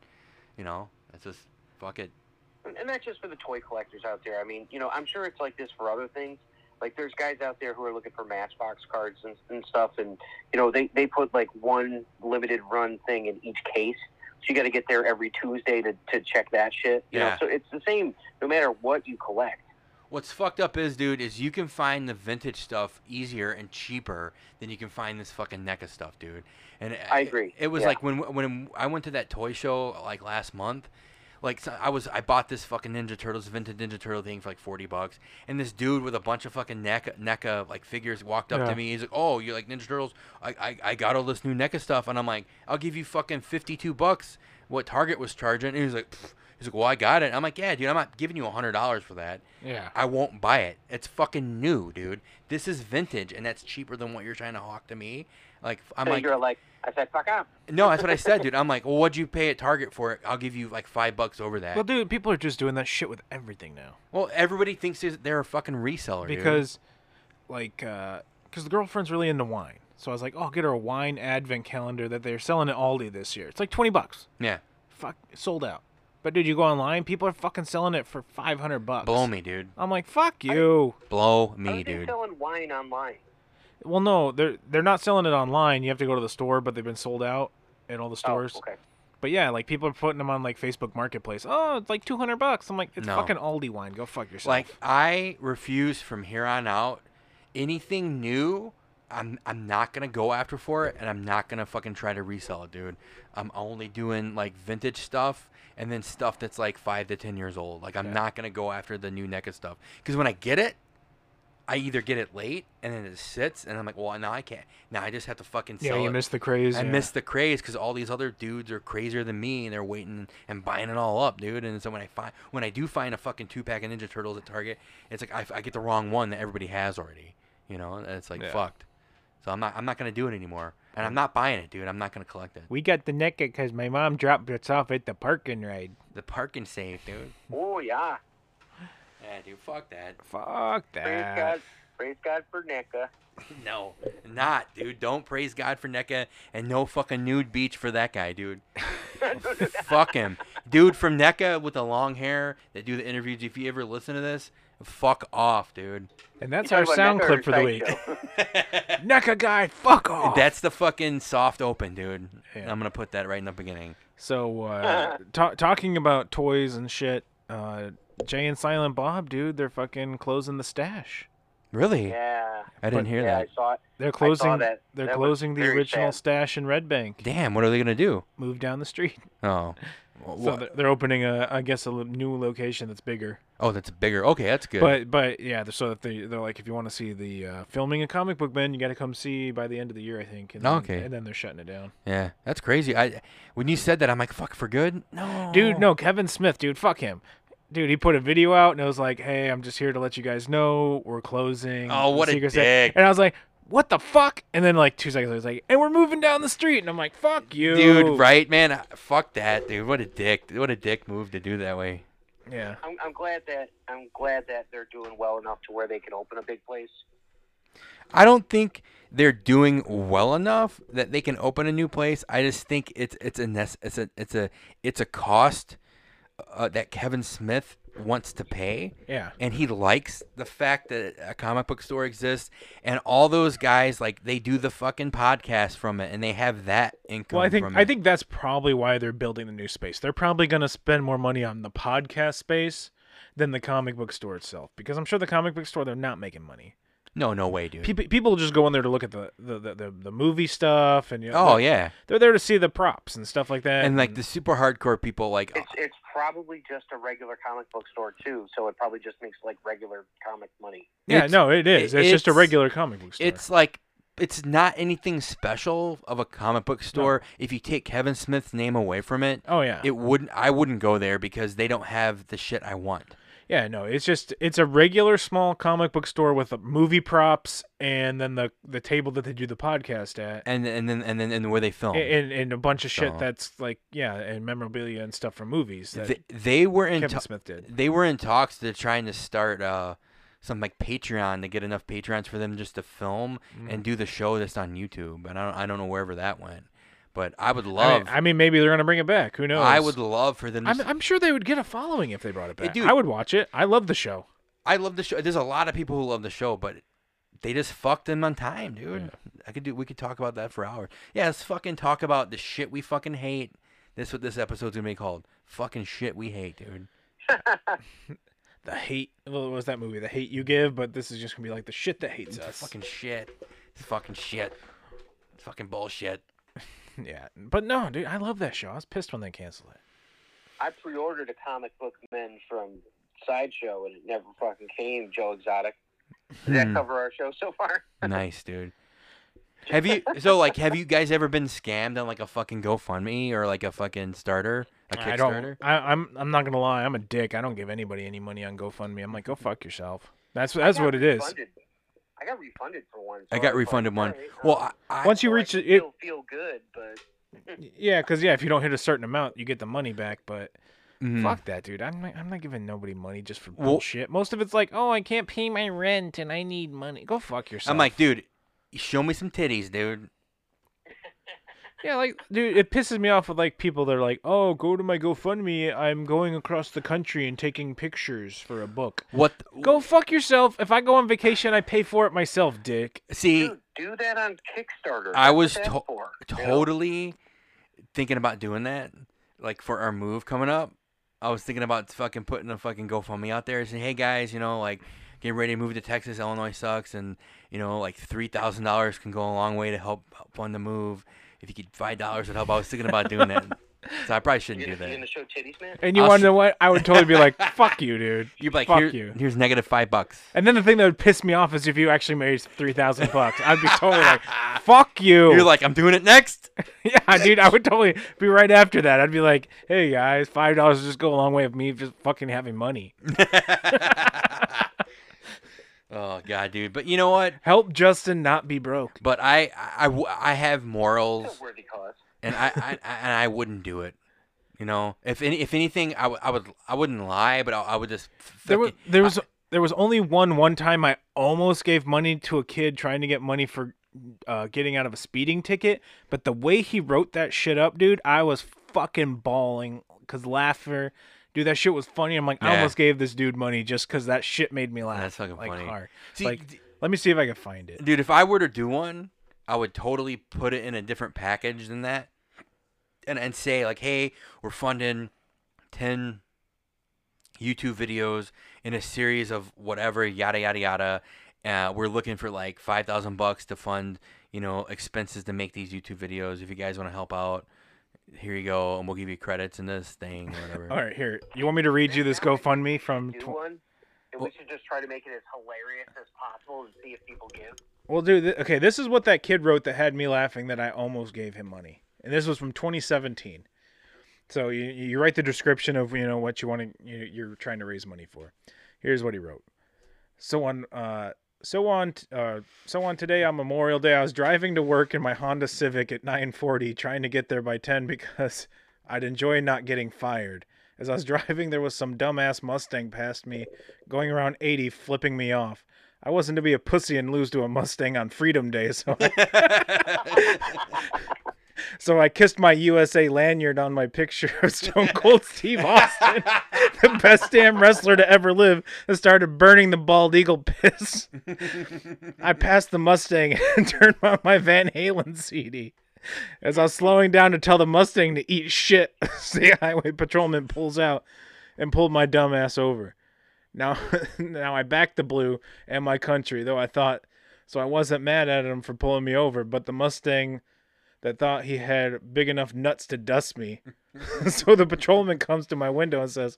S2: you know, it's just fuck it.
S1: And- and that's just for the toy collectors out there. I mean, you know, I'm sure it's like this for other things. Like there's guys out there who are looking for Matchbox cards and, and stuff, and you know they they put like one limited run thing in each case. So you got to get there every Tuesday to, to check that shit. You
S2: Yeah.
S1: know, so it's the same no matter what you collect.
S2: What's fucked up is, dude, is you can find the vintage stuff easier and cheaper than you can find this fucking NECA stuff, dude. And uh,
S1: I agree.
S2: It was
S1: Yeah.
S2: like when when I went to that toy show like last month. Like so I was, I bought this fucking Ninja Turtles vintage Ninja Turtle thing for like forty bucks, and this dude with a bunch of fucking NECA, NECA like figures walked up
S4: Yeah.
S2: to me. He's like, "Oh, you like Ninja Turtles? I, I, I got all this new NECA stuff," and I'm like, "I'll give you fucking fifty two bucks." What Target was charging, and he was like, "Pff." "He's like, well, I got it." I'm like, "Yeah, dude, I'm not giving you hundred dollars for that."
S4: Yeah.
S2: I won't buy it. It's fucking new, dude. This is vintage, and that's cheaper than what you're trying to hawk to me. Like f- I'm
S1: so
S2: like,
S1: you're like, I said, fuck off.
S2: no, that's what I said, dude. I'm like, well, what'd you pay at Target for it? I'll give you like five bucks over that.
S4: Well,
S2: Well,
S4: dude, people are just doing that shit with everything now.
S2: everybody thinks is- they're a fucking reseller, dude.
S4: because like uh 'cause the girlfriend's really into wine so i was like oh I'll get her a wine advent calendar that they're selling at aldi this year it's like 20 bucks
S2: yeah,
S4: fuck sold out but dude you go online people are fucking selling it for 500 bucks
S2: blow me, dude.
S4: i'm like fuck you
S2: Blow
S1: How
S2: me,
S1: are they
S2: dude.
S1: selling wine online?
S4: well no they're they're not selling it online you have to go to the store but they've been sold out in all the stores
S1: Oh, okay.
S4: but yeah like people are putting them on like facebook marketplace oh it's like 200 bucks i'm like it's
S2: No.
S4: fucking aldi wine go fuck yourself
S2: Like I refuse from here on out anything new. I'm I'm not gonna go after for it, and I'm not gonna fucking try to resell it, dude. I'm only doing like vintage stuff, and then stuff that's like five to ten years old. Like I'm not gonna go after the new NECA stuff because when I get it, I either get it late and then it sits, and I'm like, well, now I can't. Now I just have to fucking
S4: yeah
S2: sell
S4: you
S2: it.
S4: missed the craze
S2: I
S4: yeah.
S2: miss the craze because all these other dudes are crazier than me, and they're waiting and buying it all up, dude. And so when I find when I do find a fucking two pack of Ninja Turtles at Target, it's like I, f- I get the wrong one that everybody has already, you know. And it's like fucked. So I'm not I'm not gonna do it anymore, and I'm not buying it, dude. I'm not gonna collect it.
S4: we got the NECA because my mom dropped us off at the parking ride.
S2: The parking save, dude.
S1: Oh yeah.
S2: Yeah, dude. Fuck that.
S4: Fuck
S1: Praise
S4: that.
S1: God. Praise God for E NECA.
S2: No, not, dude. Don't praise God for NECA and no fucking nude beach for that guy, dude. fuck him. Dude from NECA with the long hair that do the interviews, if you ever listen to this, fuck off, dude.
S4: And that's
S1: You
S4: our
S1: talking about E
S4: sound
S1: NECA or
S4: clip for the week.
S1: Sideshow?
S4: NECA guy, fuck off.
S2: That's the fucking soft open, dude.
S4: Yeah.
S2: I'm going to put that right in the beginning.
S4: so, uh, ta- talking about toys and shit, uh, Jay and Silent Bob, dude, they're fucking closing the stash.
S2: Really?
S1: Yeah.
S2: I didn't hear
S1: yeah,
S2: that.
S1: I saw it.
S4: They're
S1: saw
S4: closing.
S1: that.
S4: They're
S1: That was
S4: closing the
S1: very
S4: original
S1: sad.
S4: stash in Red Bank.
S2: Damn, what are they going to do?
S4: Move down the street.
S2: Oh.
S4: So
S2: What?
S4: they're, they're opening a, I guess, a l- new location that's bigger.
S2: oh, that's bigger. Okay, that's good.
S4: But but yeah, they're- so that they they're like, if you want to see the uh, filming of comic book men, you got to come see by the end of the year, I think. And then,
S2: Okay.
S4: And then they're shutting it down.
S2: yeah, that's crazy. I When you said that, I'm like, fuck, for good? No.
S4: Dude,
S1: Oh.
S4: no, Kevin Smith, dude, fuck him. Dude, he put a video out and it was like, "Hey, I'm just here to let you guys know we're closing."
S2: Oh,
S4: the
S2: what a
S4: Secret Sa-"
S2: dick.
S4: And I was like, "What the fuck?" And then like two seconds later, it's like, "And we're moving down the street." And I'm like, "Fuck you,
S2: Dude, right, man? I- Fuck that, dude. What a dick. What a dick move to do that way.
S4: Yeah,
S1: I'm, I'm glad that I'm glad that they're doing well enough to where they can open a big place.
S2: I don't think they're doing well enough that they can open a new place. I just think it's it's a nece- it's a it's a it's a cost uh, that Kevin Smith wants to pay
S4: Yeah.
S2: and he likes the fact that a comic book store exists and all those guys like they do the fucking podcast from it and they have that income
S4: Well, I think
S2: from
S4: I
S2: it.
S4: think that's probably why they're building the new space. They're probably going to spend more money on the podcast space than the comic book store itself because I'm sure the comic book store they're not making money.
S2: no no way dude
S4: People people just go in there to look at the the, the, the, the movie stuff and you know,
S2: oh
S4: they're,
S2: yeah
S4: they're there to see the props and stuff like that.
S2: and like the super hardcore people like
S1: It's, it's probably just a regular comic book store too, so it probably just makes like regular comic money.
S4: yeah,
S2: it's-
S4: no, it is.
S2: it-
S4: it's just a
S2: it's-
S4: regular comic book store.
S2: it's like it's not anything special of a comic book store if you take kevin smith's name away from it
S4: oh yeah,
S2: it wouldn't i wouldn't go there because they don't have the shit i want
S4: yeah. No, it's just it's a regular small comic book store with the movie props and then the the table that they do the podcast at.
S2: and and then and then and where they film
S4: A- and and a bunch of shit
S2: So-
S4: that's like yeah, and memorabilia and stuff from movies that
S2: they, they were in
S4: Kevin
S2: to-
S4: Smith did.
S2: they were in talks to trying to start uh some like patreon to get enough patrons for them just to film
S4: Mm-hmm.
S2: and do the show that's on youtube and i don't, I don't know wherever that went but i would
S4: I
S2: love
S4: mean, I mean, maybe they're gonna bring it back. Who knows?
S2: I would love for them to
S4: I'm, I'm sure they would get a following if they brought it
S2: Hey,
S4: back.
S2: dude.
S4: I would watch it. I love the show.
S2: I love the show. There's a lot of people who love the show, but they just fucked them on time, dude. I could do. We could talk about that for hours. Yeah, let's fucking talk about the shit we fucking hate. That's what this episode's gonna be called. Fucking shit we hate, dude.
S4: The hate. Well, what was that movie? The hate you give. But this is just gonna be like the shit that hates us.
S2: Fucking shit. It's fucking shit. It's fucking bullshit.
S4: Yeah. But no, dude, I love that show. I was pissed when they canceled it.
S1: I pre-ordered a comic book men from Sideshow, and it never fucking came. Joe Exotic. Did
S2: Hmm.
S1: that cover our show so far?
S2: Nice, dude. Have you so like have you guys ever been scammed on like a fucking GoFundMe or like a fucking starter, a Kickstarter?
S4: I don't. I, I'm. I'm not gonna lie. I'm a dick. I don't give anybody any money on GoFundMe. I'm like, go fuck yourself. That's that's
S1: I got
S4: what it is.
S1: refunded. I got refunded for one. so
S2: I got
S1: was like,
S2: refunded one.
S1: all right,
S2: Well,
S1: um,
S2: I, I,
S4: Once you
S1: so I
S4: reach
S1: can
S4: it, it
S1: still feel good, but
S4: yeah, because yeah, if you don't hit a certain amount, you get the money back. But
S2: Mhm.
S4: Fuck that, dude. I'm not, I'm not giving nobody money just for
S2: Well-
S4: bullshit. Most of it's like, oh, I can't pay my rent and I need money. Go fuck yourself.
S2: I'm like, dude, show me some titties, dude.
S4: yeah, like, dude, it pisses me off with like people that are like, oh, go to my GoFundMe. I'm going across the country and taking pictures for a book.
S2: What? the-
S4: Go fuck yourself. If I go on vacation, I pay for it myself, dick.
S2: See,
S1: dude, do that on Kickstarter. That's
S2: I
S1: what
S2: was
S1: that's
S2: to-
S1: for, you know?
S2: totally thinking about doing that, like for our move coming up. I was thinking about fucking putting a fucking GoFundMe out there and saying, "Hey guys, you know, like, get ready to move to Texas. Illinois sucks, and you know, like three thousand dollars can go a long way to help help fund the move. If you could five dollars would help." I was thinking about doing that, so I probably shouldn't
S1: You
S2: do
S1: gonna, you gonna
S2: that.
S1: show titties, man?
S4: And you
S2: I'll
S4: want
S2: sh-
S4: to know what? I would totally be like, fuck you, dude.
S2: You'd be like,
S4: fuck
S2: Here,
S4: you.
S2: here's negative five bucks.
S4: And then the thing that would piss me off is if you actually made three thousand bucks. I'd be totally like, fuck you.
S2: You're like, I'm doing it next.
S4: Yeah, dude, I would totally be right after that. I'd be like, "Hey guys, five dollars just go a long way of me just fucking having money.
S2: Oh god, dude. But you know what?
S4: Help Justin not be broke."
S2: But I, I, I, I have morals.
S1: It's a worthy cause.
S2: and I, I I- and I wouldn't do it. You know, if any, if anything, I, w- I would I wouldn't lie, but I, I would just. f-
S4: There was
S2: fucking-
S4: there was there was only one one time I almost gave money to a kid trying to get money for uh, getting out of a speeding ticket, but the way he wrote that shit up, dude, I was fucking bawling because laughter. Dude, that shit was funny. I'm like, I
S2: Yeah.
S4: almost gave this dude money just because that shit made me laugh.
S2: That's fucking
S4: like,
S2: funny.
S4: hard.
S2: See,
S4: like,
S2: d-
S4: let me see if I can find it.
S2: dude. If I were to do one, I would totally put it in a different package than that, and and say like, hey, we're funding ten YouTube videos in a series of whatever yada yada yada. Uh, we're looking for like five thousand bucks to fund you know expenses to make these YouTube videos. If you guys want to help out. Here you go, and we'll give you credits in this thing or whatever.
S4: All right, here. You want me to read you this GoFundMe from?
S1: Do
S4: Tw-
S1: one. And
S2: Well-
S1: we should just try to make it as hilarious as possible and see if people give.
S4: Well, dude, th- okay, this is what that kid wrote that had me laughing that I almost gave him money. And this was from 2017. So you, you write the description of, you know, what you want to you, you're trying to raise money for. Here's what he wrote. So on uh so on t- uh so on today on Memorial Day, I was driving to work in my Honda Civic at 9:40 trying to get there by 10 because I'd enjoy not getting fired. As I was driving, there was some dumbass Mustang past me going around 80 flipping me off. I wasn't to be a pussy and lose to a Mustang on Freedom Day, so I, So I kissed my USA lanyard on my picture of Stone Cold Steve Austin, the best damn wrestler to ever live, and started burning the bald eagle piss. I passed the Mustang and turned on my Van Halen CD. As I was slowing down to tell the Mustang to eat shit, the highway patrolman pulls out and pulled my dumb ass over. Now, now I backed the blue and my country, though I thought so. I wasn't mad at him for pulling me over, but the Mustang that thought he had big enough nuts to dust me. so the patrolman comes to my window and says,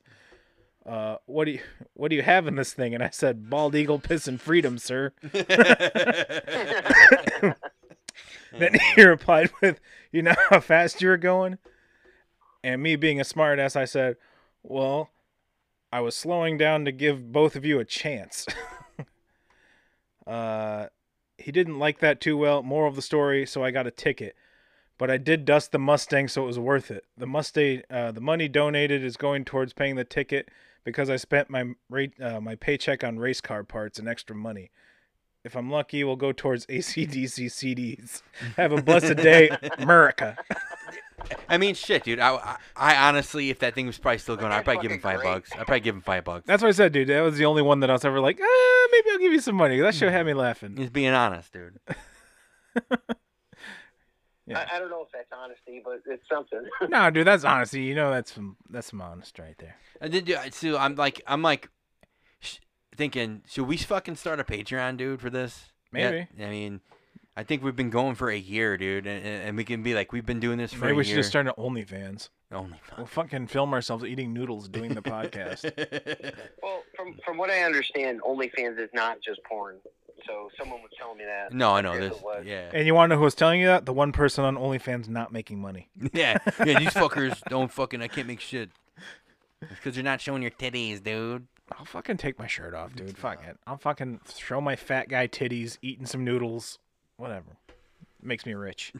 S4: uh, "What do you what do you have in this thing?" And I said, "Bald eagle piss and freedom, sir." then he replied with, "You know how fast you were going." And me being a smartass, I said, "Well, I was slowing down to give both of you a chance." uh, he didn't like that too well. Moral of the story, so I got a ticket. But I did dust the Mustang, so it was worth it. The Mustang, uh, the money donated is going towards paying the ticket because I spent my rate, uh, my paycheck on race car parts and extra money. If I'm lucky, we'll go towards ACDC CDs. Have a blessed day, America.
S2: I mean, shit, dude. I, I, I honestly, if that thing was probably still going, I'd probably give him five
S1: Fucking
S2: bucks. I'd probably give him five bucks.
S4: That's what I said, dude. That was the only one that I was ever like, ah, maybe I'll give you some money. That show had me laughing.
S2: He's being honest, dude.
S4: Yeah.
S1: I, I don't know if that's honesty, but it's something.
S4: No, dude, that's honesty. You know, that's some that's some honest right there.
S2: I did. do- So I'm like, I'm like, sh- thinking, should we fucking start a Patreon, dude, for this? Yeah,
S4: Maybe.
S2: I mean, I think we've been going for a year, dude, and, and and we can be like, we've been doing this for
S4: Maybe
S2: a
S4: we should
S2: year. Oh
S4: just start an OnlyFans.
S2: Only
S4: We'll fucking film ourselves eating noodles doing the podcast.
S1: Well, from from what I understand, OnlyFans is not just porn. So someone was telling me that.
S2: No, I know
S1: Yes,
S2: this.
S1: it was.
S2: Yeah,
S4: and you want to know who was telling you that? The one person on OnlyFans not making money.
S2: yeah, yeah. These fuckers don't fucking. I can't make shit. Because you're not showing your titties, dude.
S4: I'll fucking take my shirt off, dude. Fuck it. I'll fucking show my fat guy titties, eating some noodles, whatever. Makes me rich.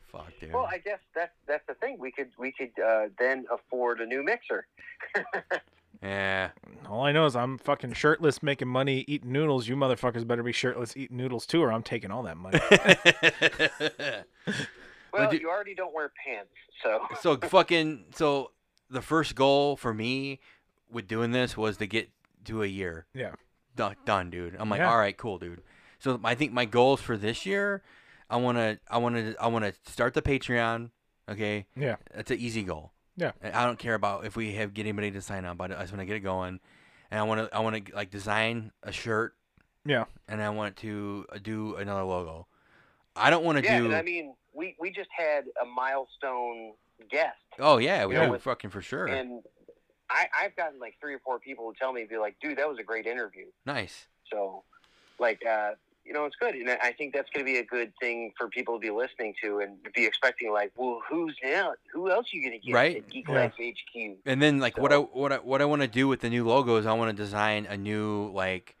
S2: Fuck, dude.
S1: Well, I guess that's that's the thing. We could we could uh, then afford a new mixer.
S2: yeah.
S4: All I know is I'm fucking shirtless making money eating noodles. You motherfuckers better be shirtless eating noodles too, or I'm taking all that money.
S1: Well,
S2: do-
S1: you already don't wear pants, so
S2: so fucking. So the first goal for me with doing this was to get to a year.
S4: yeah.
S2: done, done dude. I'm like,
S4: Yeah.
S2: all right, cool, dude. So I think my goals for this year, I wanna, I wanna, I wanna start the Patreon. Okay,
S4: Yeah.
S2: that's an easy goal.
S4: Yeah.
S2: And I don't care about if we have get anybody to sign up, but I just wanna get it going. And I wanna, I wanna like design a shirt,
S4: Yeah.
S2: and I want to uh, do another logo. I don't want to
S1: yeah.
S2: do.
S1: And I mean, we we just had a milestone guest,
S2: oh yeah, we
S4: Yeah.
S2: yeah. fucking for sure.
S1: and I I've gotten like three or four people who tell me be like, dude, that was a great interview.
S2: nice.
S1: So, like, uh, you know, it's good, and I I think that's going to be a good thing for people to be listening to and be expecting. Like, well, who's now? Who else you going to get?
S2: Right?
S1: At Geek
S4: Yeah.
S1: Life HQ.
S2: And then like what I what I what I want to do with the new logo is I want to design a new like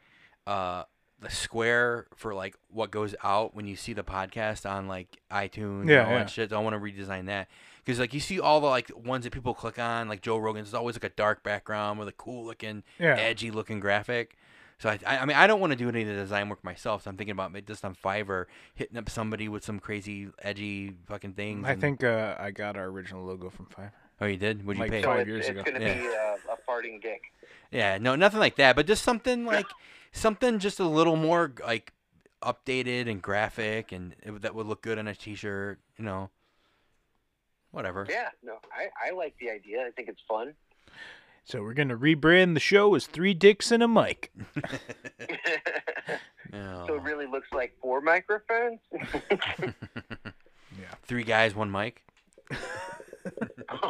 S2: uh the square for like what goes out when you see the podcast on like iTunes and
S4: Yeah,
S2: all
S4: yeah.
S2: that shit. So I want to redesign that because like you see all the like ones that people click on like Joe Rogan's is always like a dark background with a cool looking
S4: Yeah.
S2: edgy looking graphic. So I, I I mean I don't want to do any of the design work myself. So I'm thinking about ma- just on Fiverr hitting up somebody with some crazy edgy fucking things.
S4: I
S2: and-
S4: think uh, I got our original logo from Fiverr.
S2: Oh, you did? Would you
S4: Like
S2: pay?
S1: So
S4: Five
S1: it's,
S4: years
S1: it's
S4: ago.
S1: going to be uh, a farting dick.
S2: Yeah, no, nothing like that, but just something like something just a little more like updated and graphic, and it, would- that would look good on a t-shirt, you know. Whatever.
S1: Yeah, no, I, I like the idea. I think it's fun.
S4: So we're gonna rebrand the show as Three Dicks and a Mic.
S2: Yeah.
S1: so it really looks like four microphones.
S2: Three guys, one mic.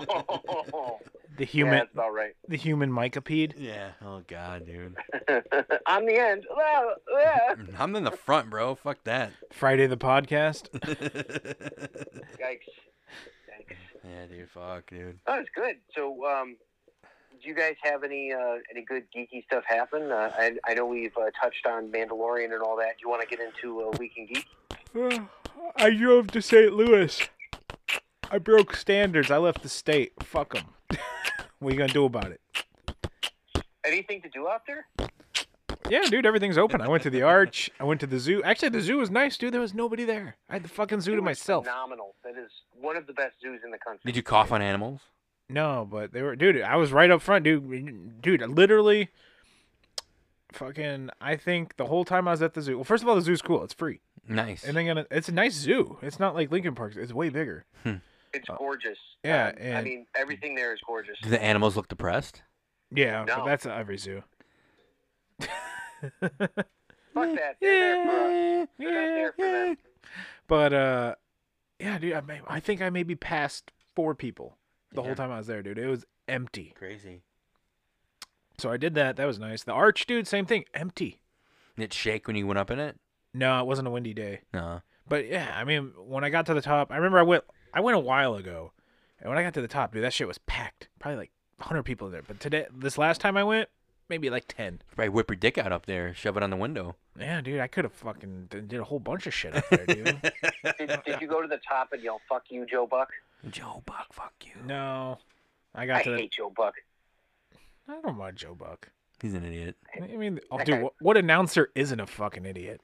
S4: The
S1: yeah,
S4: human,
S1: that's about right.
S4: the human micapede.
S2: Yeah. Oh God, dude.
S1: I'm the end. Ah, ah.
S2: I'm in the front, bro. Fuck that.
S4: Friday the podcast.
S1: Yikes! Yikes!
S2: Yeah, dude. Fuck, dude.
S1: Oh, it's good. So, um, do you guys have any uh, any good geeky stuff happen? Uh, I, I know we've uh, touched on Mandalorian and all that. Do you want to get into uh, Week in Geek?
S4: I drove to St. Louis. I broke standards. I left the state. Fuck them. what you gonna do about it?
S1: Anything to do out there?
S4: Yeah, dude, everything's open. I went to the arch. I went to the zoo. Actually, the zoo was nice, dude. There was nobody there. I had the fucking zoo
S1: It
S4: to
S1: was
S4: myself.
S1: Phenomenal. That is one of the best zoos in the country.
S2: Did you cough on animals?
S4: No, but they were, dude. I was right up front, dude. Dude, I literally, fucking. I think the whole time I was at the zoo. Well, first of all, the zoo's cool. It's free,
S2: Nice.
S4: and then gonna. It's a nice zoo. It's not like Lincoln Park. It's way bigger.
S1: It's gorgeous.
S4: Oh. yeah,
S1: Um, I
S4: and-
S1: mean everything there is gorgeous.
S2: Do the animals look depressed?
S4: Yeah, but
S1: No.
S4: that's at every zoo.
S1: Fuck that. They're there for us. They're not there for them.
S4: But uh, yeah, dude. I may, I think I maybe passed four people the
S2: Yeah.
S4: whole time I was there, dude. It was empty.
S2: Crazy.
S4: So I did that. That was nice. The arch, dude. Same thing. Empty.
S2: Did it shake when you went up in it?
S4: No, it wasn't a windy day.
S2: No.
S4: But yeah, I mean, when I got to the top, I remember I went I went a while ago, and when I got to the top, dude, that shit was packed. Probably like 100 people in there. But today, this last time I went, maybe like 10.
S2: Probably whip your dick out up there, shove it on the window.
S4: Yeah, dude, I could have fucking d- did a whole bunch of shit up there, dude.
S1: Did, did you go to the top and yell "fuck you, Joe Buck"?
S2: Joe Buck, fuck you.
S4: no, I
S1: I
S4: got to. The,
S1: hate Joe Buck.
S4: I don't mind Joe Buck.
S2: He's an idiot.
S4: I mean, oh,
S1: That
S4: dude,
S1: guy-
S4: what, what announcer isn't a fucking idiot?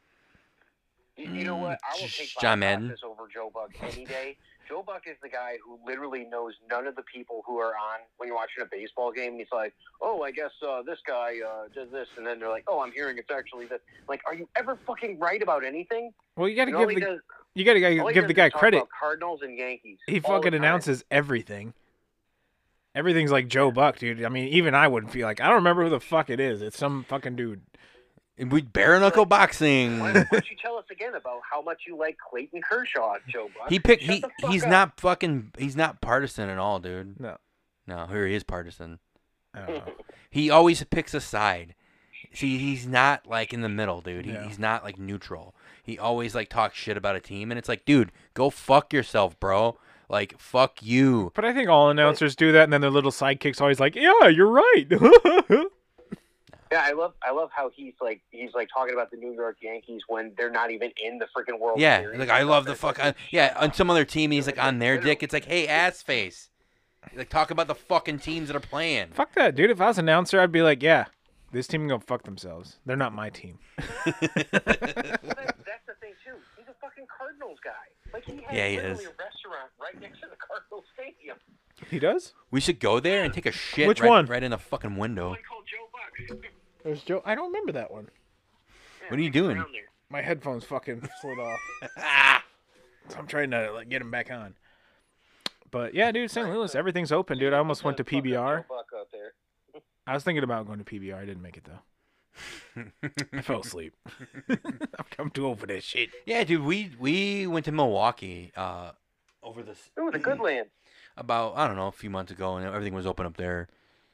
S1: You, you know what? I will take
S2: Sh-
S1: Bob
S2: John Madden.
S1: Costas over Joe Buck any day. Joe Buck is the guy who literally knows none of the people who are on when you're watching a baseball game. And he's like, "Oh, I guess uh, this guy uh, did this," and then they're like, "Oh, I'm hearing it's actually this." Like, are you ever fucking right about anything?
S4: Well, you got to
S1: And all
S4: give
S1: he
S4: the
S1: does,
S4: you got
S1: all
S4: to
S1: he
S4: give
S1: does
S4: the
S1: is
S4: guy
S1: talk
S4: credit.
S1: about Cardinals and Yankees.
S4: He
S1: all the
S4: fucking
S1: time.
S4: announces everything. Everything's like Joe Buck, dude. I mean, even I wouldn't feel like I don't remember who the fuck it is. It's some fucking dude.
S2: And we bare knuckle
S1: Why,
S2: boxing.
S1: why don't you tell us again about how much you like Clayton Kershaw, Joe Buck?
S2: He picked.
S1: Shut
S2: He
S1: the fuck
S2: he's
S1: up.
S2: not fucking. He's not partisan at all, dude.
S4: No.
S2: No, here he is partisan.
S4: I don't know.
S2: He always picks a side. See, he's not like in the middle, dude. He,
S4: Yeah.
S2: He's not like neutral. He always like talks shit about a team, and it's like, dude, go fuck yourself, bro. Like, fuck you.
S4: But I think all announcers do that, and then their little sidekicks always like, "Yeah, you're right."
S1: Yeah, I love I love how he's like he's like talking about the New York Yankees when they're not even in the freaking World
S2: Yeah,
S1: Series.
S2: like I love the fuck. I, yeah, on some other team, he's like on their dick. It's like, hey, ass face. Like, talk about the fucking teams that are playing.
S4: fuck that, dude. If I was an announcer, I'd be like, "Yeah, this team gonna fuck themselves. They're not my team."
S1: Well, that's, that's the thing too. He's a fucking Cardinals guy. Like he has
S2: Yeah, he
S1: literally
S2: is.
S1: a restaurant right next to the Cardinals stadium.
S4: He does.
S2: We should go there and take a shit.
S4: Which
S2: right,
S4: one?
S2: Right in the fucking window.
S1: One called Joe Buck.
S4: There's Joe. I don't remember that one.
S2: What are you doing?
S1: Down there.
S4: My headphones fucking slid off. so I'm trying to like, get them back on. But yeah, dude, St. Louis, everything's open, dude. I almost went to
S1: Fuck up
S4: PBR.
S1: Joe Buck out there.
S4: I was thinking about going to PBR. I didn't make it though. I fell asleep. I'm too old for this shit.
S2: Yeah, dude, we we went to Milwaukee uh, over this
S1: It was a good land.
S2: about I don't know a few months ago, and everything was open up there,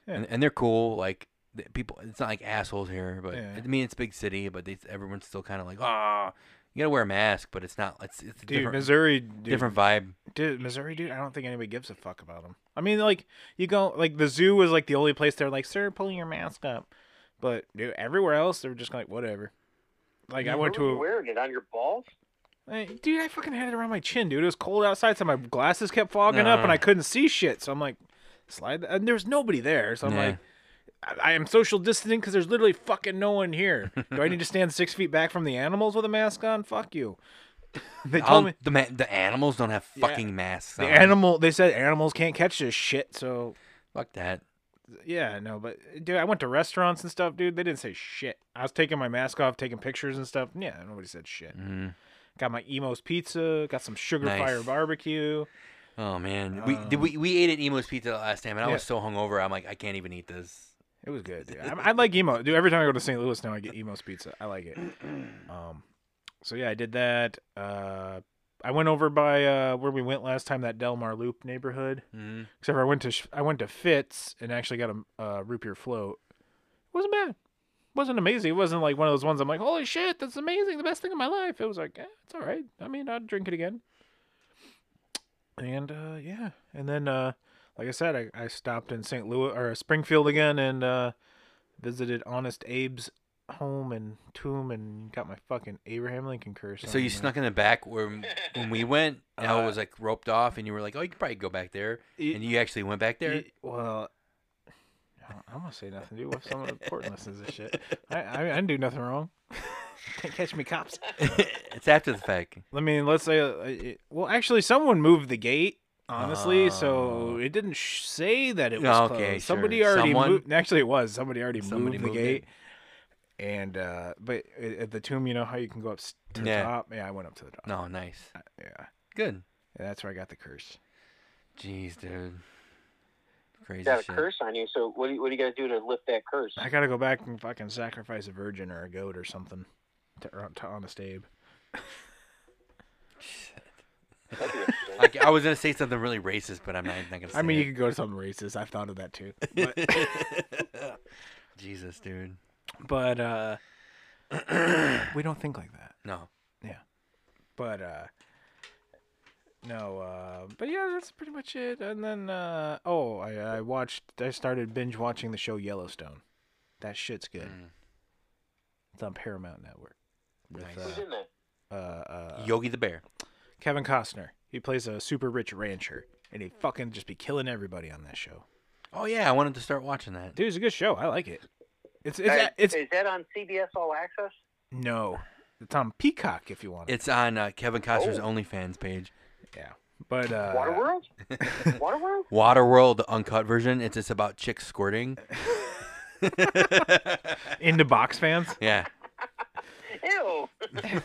S4: Yeah.
S2: and, and they're cool. Like the people, it's not like assholes here, but
S4: Yeah.
S2: I mean it's big city, but they, everyone's still kind of like ah, you gotta wear a mask, but it's not. It's it's a
S4: Dude,
S2: different
S4: Missouri, dude,
S2: different vibe.
S4: dude, Missouri, dude. I don't think anybody gives a fuck about them. I mean, like you go, like the zoo was like the only place they're like, sir, pull your mask up. But dude, everywhere else they're just like, whatever. Like I went
S1: Where were you
S4: to,
S1: wearing it on your balls.
S4: a, Hey, dude, I fucking had it around my chin, dude. It was cold outside, so my glasses kept fogging up, and
S2: Nah.
S4: I couldn't see shit. So I'm like, slide, and there's nobody there. So I'm
S2: Nah.
S4: like. I I am social distancing because there's literally fucking no one here. Do I need to stand six feet back from the animals with a mask on? Fuck you. They told
S2: I'll-
S4: me
S2: the ma- the animals don't have
S4: Yeah.
S2: fucking masks.
S4: the
S2: on.
S4: animal. They said animals can't catch this shit. So
S2: Fuck that.
S4: yeah, no, but dude, I went to restaurants and stuff, dude. They didn't say shit. I was taking my mask off, taking pictures and stuff. Yeah, nobody said shit.
S2: Mm.
S4: Got my Emo's pizza. Got some sugar
S2: Nice.
S4: fire barbecue.
S2: Oh man, we did we we ate at Emo's Pizza last time, and I
S4: Um. yeah.
S2: was so hungover. I'm like, I can't even eat this.
S4: It was good, dude. I, I like Emo, dude. Every time I go to St. Louis now, I get Emo's pizza. I like it. Um, so yeah, I did that. Uh, I went over by uh where we went last time, that Del Mar Loop neighborhood.
S2: Mm.
S4: Except for I went to Sh- I went to Fitz and actually got a uh, root beer float. It wasn't bad. wasn't amazing. It wasn't like one of those ones I'm like, holy shit, that's amazing, the best thing in my life. It was like, eh, it's all right. I mean, I'd drink it again. And uh, yeah, and then uh, like I said, I, I stopped in St. Louis or Springfield again and uh, visited Honest Abe's home and tomb and got my fucking Abraham Lincoln curse.
S2: So
S4: on
S2: you
S4: there.
S2: snuck in the back where when we went, how
S4: Uh,
S2: it was like roped off, and you were like, "Oh, you could probably go back there,"
S4: Y-
S2: and you actually went back there.
S4: Y- well, I am gonna say nothing, dude. What if someone important listens to this shit? I, I, I didn't do nothing wrong. Can't catch me, cops.
S2: it's after the fact.
S4: I mean, let's say, uh, it, well, actually, someone moved the gate, honestly, so it didn't sh- say that it was
S2: Oh, okay,
S4: closed. Somebody
S2: sure.
S4: already
S2: Someone-
S4: moved. Actually, it was somebody already
S2: Somebody
S4: moved the
S2: moved
S4: gate. And uh but at at the tomb, you know how you can go up s- to the
S2: Yeah.
S4: top. Yeah, I went up to the top.
S2: No, nice.
S4: Uh, Yeah,
S2: Good.
S4: Yeah, that's where I got the curse.
S2: Jeez, dude. Crazy
S1: You got a
S2: shit.
S1: curse on you, so what do you, what do you got to do to lift that curse?
S4: I gotta go back and fucking sacrifice a virgin or a goat or something to, or to honest Abe.
S1: That'd be interesting.
S2: I, I was gonna say something really racist, but I'm not, not gonna. Say
S4: I mean,
S2: it.
S4: you could go to something racist. I've thought of that too. But,
S2: Jesus, dude.
S4: but uh, we don't think like that.
S2: No.
S4: But uh, no. Uh, but yeah, that's pretty much it. And then uh, oh, I, I watched. I started binge watching the show Yellowstone. That shit's good.
S2: Mm.
S4: It's on Paramount Network with
S2: Nice.
S1: Who's in that?
S4: uh, uh, uh,
S2: Yogi the Bear.
S4: Kevin Costner. He plays a super rich rancher, and he fucking just be killing everybody on that show.
S2: Oh yeah, I wanted to start watching that.
S4: Dude, it's a good show. I like it. It's it's,
S1: Hey,
S4: it's
S1: is that on CBS All Access?
S4: No. It's on Peacock if you want it.
S2: It's on uh, Kevin Costner's
S1: Oh.
S2: OnlyFans page.
S4: Yeah. But uh
S1: Waterworld? Waterworld?
S2: Waterworld, the uncut version. It's just about chicks squirting.
S4: into box fans.
S2: Yeah.
S1: Ew.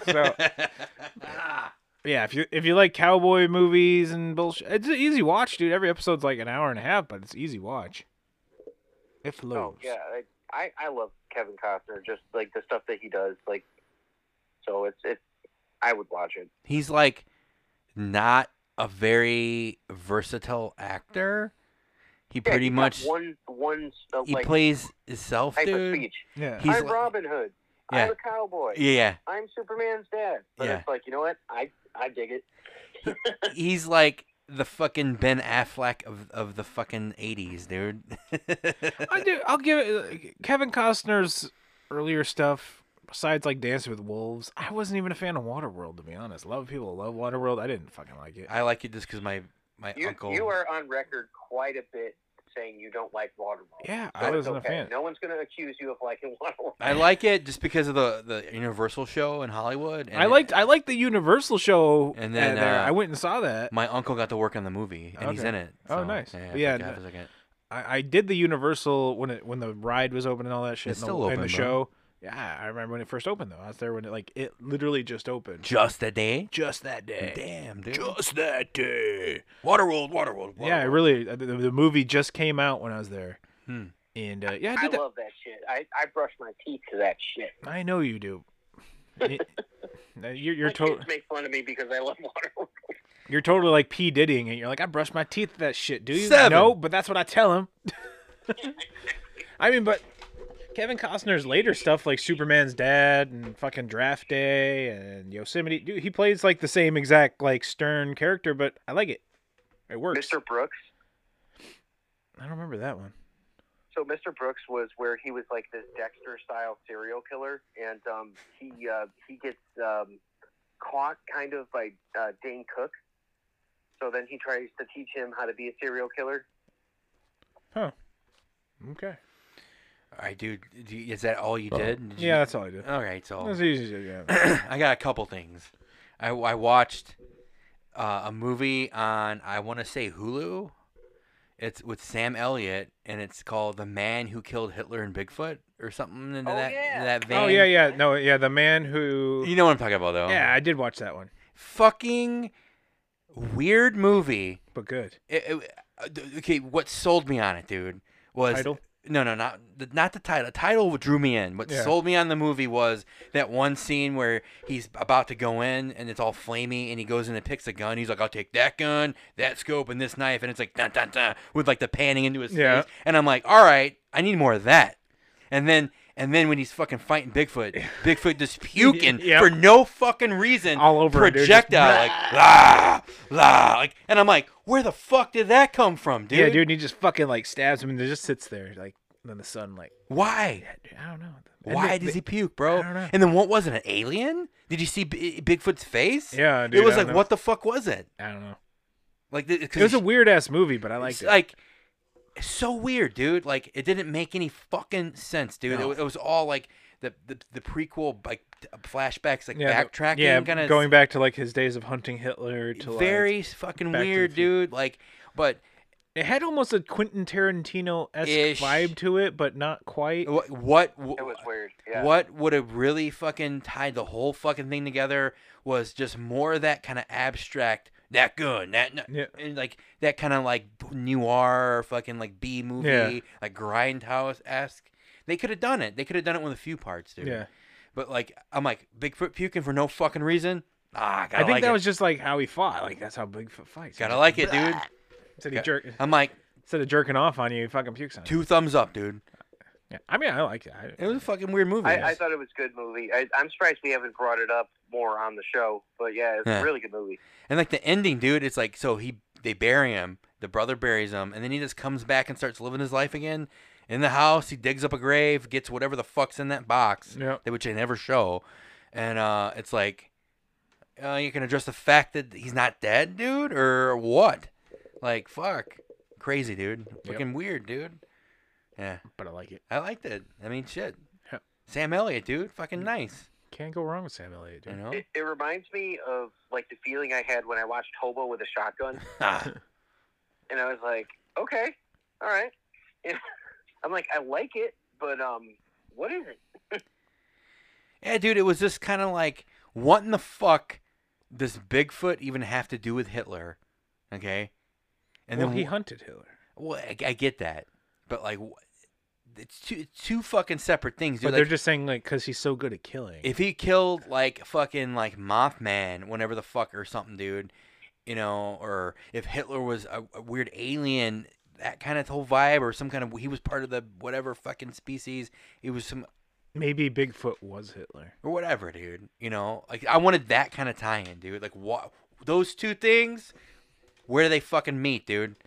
S4: So Yeah, if you if you like cowboy movies and bullshit, it's an easy watch, dude. Every episode's like an hour and a half, but it's easy watch. It flows.
S1: Oh yeah, like, I I love Kevin Costner. Just like the stuff that he does, like so it's it's I would watch it.
S2: He's like not a very versatile actor. He
S1: Yeah,
S2: pretty
S1: he's got
S2: much
S1: one one uh,
S2: he
S1: like
S2: plays himself,
S1: type of
S2: dude.
S1: speech.
S4: Yeah.
S2: He's
S1: I'm
S2: like-
S1: Robin Hood.
S2: Yeah.
S1: I'm a cowboy.
S2: Yeah,
S1: I'm Superman's dad. But
S2: Yeah.
S1: it's like you know what? I I dig it.
S2: he's like the fucking Ben Affleck of of the fucking eighties, dude.
S4: I do I'll give it Kevin Costner's earlier stuff besides like Dancing with Wolves. I wasn't even a fan of Waterworld to be honest. A lot of people love Waterworld. I didn't fucking like it.
S2: I like it just because my my
S1: You
S2: uncle.
S1: you are on record quite a bit saying you don't like Waterworld.
S4: Yeah,
S1: But
S4: I
S1: it's
S4: wasn't a
S1: okay.
S4: fan.
S1: No one's gonna accuse you of liking Waterworld.
S2: I like it just because of the the Universal show in Hollywood. And
S4: I liked I liked the Universal show
S2: And then,
S4: uh, there.
S2: uh,
S4: I went and saw that.
S2: My uncle got to work on the movie, and he's
S4: Okay.
S2: in it.
S4: Oh,
S2: so,
S4: nice.
S2: Yeah,
S4: But yeah,
S2: forgot
S4: no-
S2: for a second.
S4: I, I did the Universal when it when the ride was open and all that shit.
S2: It's
S4: and the,
S2: still
S4: and the
S2: open,
S4: show.
S2: bro.
S4: Yeah, I remember when it first opened though. I was there when it like it literally just opened.
S2: Just a day.
S4: Just that day.
S2: Damn, dude.
S4: Just that day.
S2: Waterworld, Waterworld, Waterworld.
S4: Yeah, I really. uh, The, the movie just came out when I was there.
S2: Hmm.
S4: And uh, yeah, I
S1: I
S4: did. that.
S1: love that shit. I, I brush my teeth to that shit.
S4: I know you do. Y- no, you're you're,
S1: My
S4: to-
S1: kids make fun of me because I love Waterworld.
S4: you're totally like P diddying it. You're like, I brush my teeth to that shit. Do you?
S2: Seven.
S4: No, but that's what I tell him. I mean, but Kevin Costner's later stuff, like Superman's dad and fucking Draft Day and Yosemite, dude, he plays like the same exact like stern character, but I like it. It works.
S1: Mr. Brooks.
S4: I don't remember that one.
S1: So Mr. Brooks was where he was like this Dexter-style serial killer, and um, he uh, he gets um, caught kind of by uh, Dane Cook. So then he tries to teach him how to be a serial killer.
S4: Okay.
S2: All right, dude. do you- Is that all you did? Did you- Oh.
S4: Yeah, that's all I did.
S2: All right, so
S4: That's easy. to- Yeah.
S2: I got a couple things. I, I watched uh, a movie on I want to say Hulu. It's with Sam Elliott, and it's called "The Man Who Killed Hitler and Bigfoot" or something into
S1: Oh,
S2: that
S1: yeah.
S2: that vein.
S4: Oh yeah, yeah. No, yeah. The man who.
S2: You know what I'm talking about, though.
S4: Yeah, I did watch that one,
S2: Fucking weird movie.
S4: but good.
S2: It- it- uh, d- okay, what sold me on it, dude, was
S4: Title?
S2: no, no, not the, not the title. The title drew me in. What
S4: Yeah.
S2: sold me on the movie was that one scene where he's about to go in and it's all flamey, and he goes in and picks a gun. He's like, "I'll take that gun, that scope, and this knife," and it's like dun dun dun with like the panning into his
S4: Yeah.
S2: face, and I'm like, "All right, I need more of that." And then. And then when he's fucking fighting Bigfoot, Bigfoot just puking
S4: Yep.
S2: for no fucking reason,
S4: All over it, dude, just
S2: projectile like la la, like, and I'm like, where the fuck did that come from, dude?
S4: Yeah, dude. And he just fucking like stabs him and he just sits there like. and Then the sun like.
S2: Why?
S4: I don't know. And
S2: Why
S4: they-
S2: does
S4: they-
S2: he puke, bro?
S4: I don't know.
S2: And then what was it? An alien? Did you see B- Bigfoot's face?
S4: Yeah,
S2: it
S4: dude,
S2: was
S4: I
S2: like,
S4: know.
S2: what the fuck was it?
S4: I don't know.
S2: Like, th- 'cause
S4: It was a
S2: he-
S4: weird ass movie, but I
S2: it's
S4: liked it.
S2: like it's so weird, dude. Like it didn't make any fucking sense, dude.
S4: No.
S2: It, it was all like the the, the prequel like t- flashbacks, like
S4: Yeah, the-
S2: backtracking,
S4: yeah,
S2: kind of
S4: going back to like his days of hunting Hitler. To like-
S2: very fucking
S4: Back to the
S2: weird,
S4: Future.
S2: dude. Like, but
S4: it had almost a Quentin Tarantino esque
S2: Ish.
S4: vibe to it, but not quite.
S2: what what w-
S1: It was weird. Yeah.
S2: What would have really fucking tied the whole fucking thing together was just more of that kind of abstract, that gun, that n-
S4: Yeah.
S2: and like that kind of like noir fucking like B movie,
S4: Yeah.
S2: like grindhouse esque. They could have done it. They could have done it with a few parts, dude.
S4: Yeah,
S2: But like, I'm like Bigfoot puking for no fucking reason. Ah,
S4: I
S2: gotta
S4: think
S2: like
S4: that
S2: it.
S4: was just like how he fought. Like that's how Bigfoot fights.
S2: gotta like it, dude.
S4: Instead of, jerk,
S2: I'm like
S4: instead of jerking off on you, he fucking pukes on you.
S2: two thumbs up, dude.
S4: Yeah. I mean, I like it. I,
S2: It was a fucking weird movie.
S1: I, I thought it was a good movie. I, I'm surprised we haven't brought it up more on the show, but yeah, it's
S2: Yeah.
S1: a really good movie.
S2: And like the ending, dude, it's like so he they bury him, the brother buries him, and then he just comes back and starts living his life again. In the house, he digs up a grave, gets whatever the fuck's in that box,
S4: Yep.
S2: that- which they never show. And uh, it's like, uh, you can address the fact that he's not dead, dude, or what? Like, fuck, crazy, dude, fucking weird, dude. Yeah,
S4: but I like it.
S2: I liked it. I mean, shit.
S4: Yep.
S2: Sam Elliott, dude, fucking nice.
S4: Can't go wrong with Sam Elliott.
S2: You
S4: Dude.
S2: know.
S1: It, it reminds me of like the feeling I had when I watched Hobo with a Shotgun,
S2: Ah,
S1: and I was like, okay, all right. I'm like, I like it, but um, what is it?
S2: Yeah, dude, it was just kind of like, what in the fuck does Bigfoot even have to do with Hitler? Okay, and
S4: And then
S2: then
S4: he
S2: wh-
S4: hunted Hitler.
S2: well, I, I get that, but like, wh- it's two it's two fucking separate things,
S4: But
S2: dude.
S4: they're
S2: Like,
S4: just saying like because he's so good at killing.
S2: if he killed like fucking like Mothman, whenever the fuck or something, dude, you know, or if Hitler was a, a weird alien, that kind of whole vibe, or some kind of he was part of the whatever fucking species, it was some
S4: Maybe Bigfoot was Hitler.
S2: or whatever, dude. You know, like I wanted that kind of tie-in, dude. Like what? Those two things, where do they fucking meet, dude?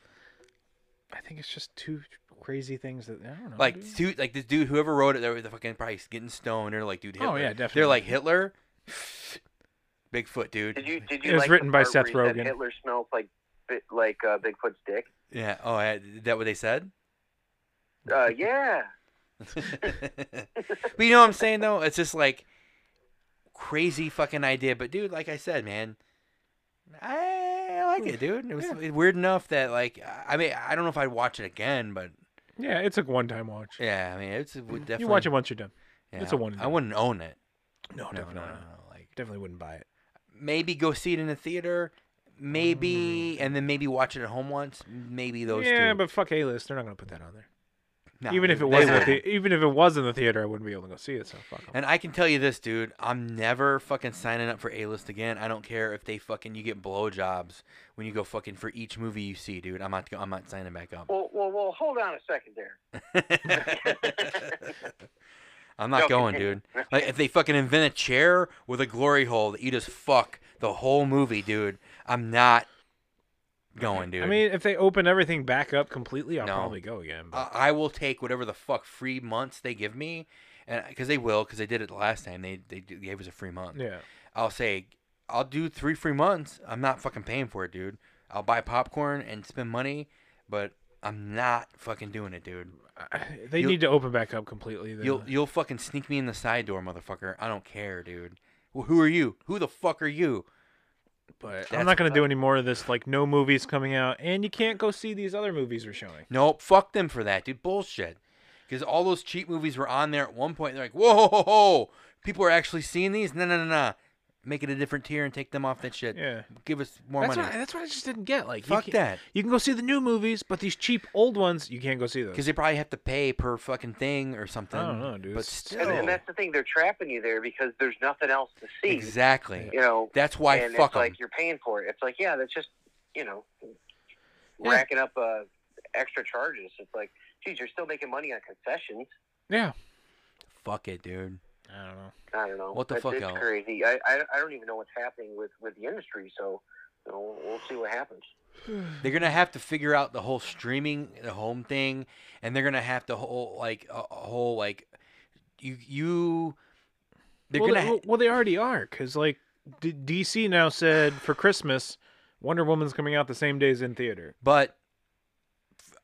S4: I think it's just two crazy things that I don't know.
S2: Like
S4: dude.
S2: two, like this dude, whoever wrote it, they were fucking probably getting stoned. They're like, dude,
S4: Oh,
S2: Hitler.
S4: yeah,
S2: They're like
S4: definitely.
S2: Hitler, Bigfoot, dude.
S1: Did you did
S4: It
S1: you
S4: was
S1: like
S4: written
S1: the
S4: by
S1: part
S4: Seth
S1: where he said
S4: Rogen.
S1: Hitler smells like bi- like uh, Bigfoot's dick.
S2: Yeah. Oh, yeah, is that what they said?
S1: Uh, yeah.
S2: but you know what I'm saying though? It's just like crazy fucking idea. But dude, like I said, man, I
S4: Hmm.
S2: like it, dude. It was weird enough that like I I mean I don't know if I'd watch it again, but
S4: yeah, it's a one time watch.
S2: Yeah, I mean, it's it would definitely.
S4: You watch it once you're done.
S2: yeah,
S4: it's a one and
S2: I
S4: done.
S2: wouldn't own it.
S4: No,
S2: No,
S4: definitely
S2: no, no,
S4: not.
S2: no, Like
S4: Definitely wouldn't buy it.
S2: maybe go see it in a theater, maybe, and then maybe watch it at home once. Maybe those
S4: Mm. yeah,
S2: two.
S4: but fuck A list. They're not gonna put that on there.
S2: Nah,
S4: even if it
S2: they
S4: was in the
S2: wouldn't.
S4: the, even if it was in the theater, I wouldn't be able to go see it. So fuck 'em.
S2: And I can tell you this, dude. I'm never fucking signing up for A list again. I don't care if they fucking you get blowjobs when you go fucking for each movie you see, dude. I'm not. I'm not signing back up.
S1: Well, well, well. Hold on a second there.
S2: I'm not
S1: No,
S2: going,
S1: continue.
S2: dude. Like if they fucking invent a chair with a glory hole that you just fuck the whole movie, dude. I'm not going, dude.
S4: I mean, if they open everything back up completely, I'll
S2: No.
S4: probably go again. But
S2: I, I will take whatever the fuck free months they give me, and because they will, because they did it the last time. They they d- gave us a free month.
S4: yeah,
S2: I'll say I'll do three free months. I'm not fucking paying for it, dude. I'll buy popcorn and spend money, but I'm not fucking doing it, dude.
S4: I- they
S2: You'll-
S4: need to open back up completely. Then.
S2: You'll you'll fucking sneak me in the side door, motherfucker. I don't care, dude. Well, who are you? Who the fuck are you?
S4: but
S2: that's-
S4: I'm not gonna do any more of this. Like no movies coming out, and you can't go see these other movies we're showing.
S2: Nope, fuck them for that, dude. Bullshit. Because all those cheap movies were on there at one point. They're like, whoa, ho, ho, ho. people are actually seeing these. No, no, no, no. Make it a different tier and take them off that shit.
S4: Yeah.
S2: Give us more
S4: That's what, I,
S2: money.
S4: that's what I just didn't get. Like
S2: Fuck
S4: you can,
S2: that.
S4: You can go see the new movies, but these cheap old ones, you can't go see those.
S2: Because they probably have to pay per fucking thing or something.
S4: know, dude.
S2: But
S4: It's-
S2: still,
S1: And, and that's the thing. They're trapping you there because there's nothing else to see.
S2: exactly.
S1: You know.
S2: That's why
S1: and
S2: fuck
S1: it's
S2: 'em.
S1: like you're paying for it. It's like yeah, that's just you know
S4: Yeah.
S1: racking up uh, extra charges. It's like geez, you're still making money on concessions.
S4: Yeah.
S2: Fuck it, dude.
S4: I don't know.
S1: I don't know.
S2: What the
S1: It's-
S2: fuck
S1: It's
S2: else?
S1: crazy. I, I I don't even know what's happening with with the industry. So you know, we'll see what happens.
S2: They're gonna have to figure out the whole streaming, the home thing, and they're gonna have to whole like a, a whole like you you. They're
S4: well,
S2: gonna
S4: they,
S2: ha-
S4: well, well, they already are because like D- DC now said for Christmas, Wonder Woman's coming out the same day as in theater.
S2: But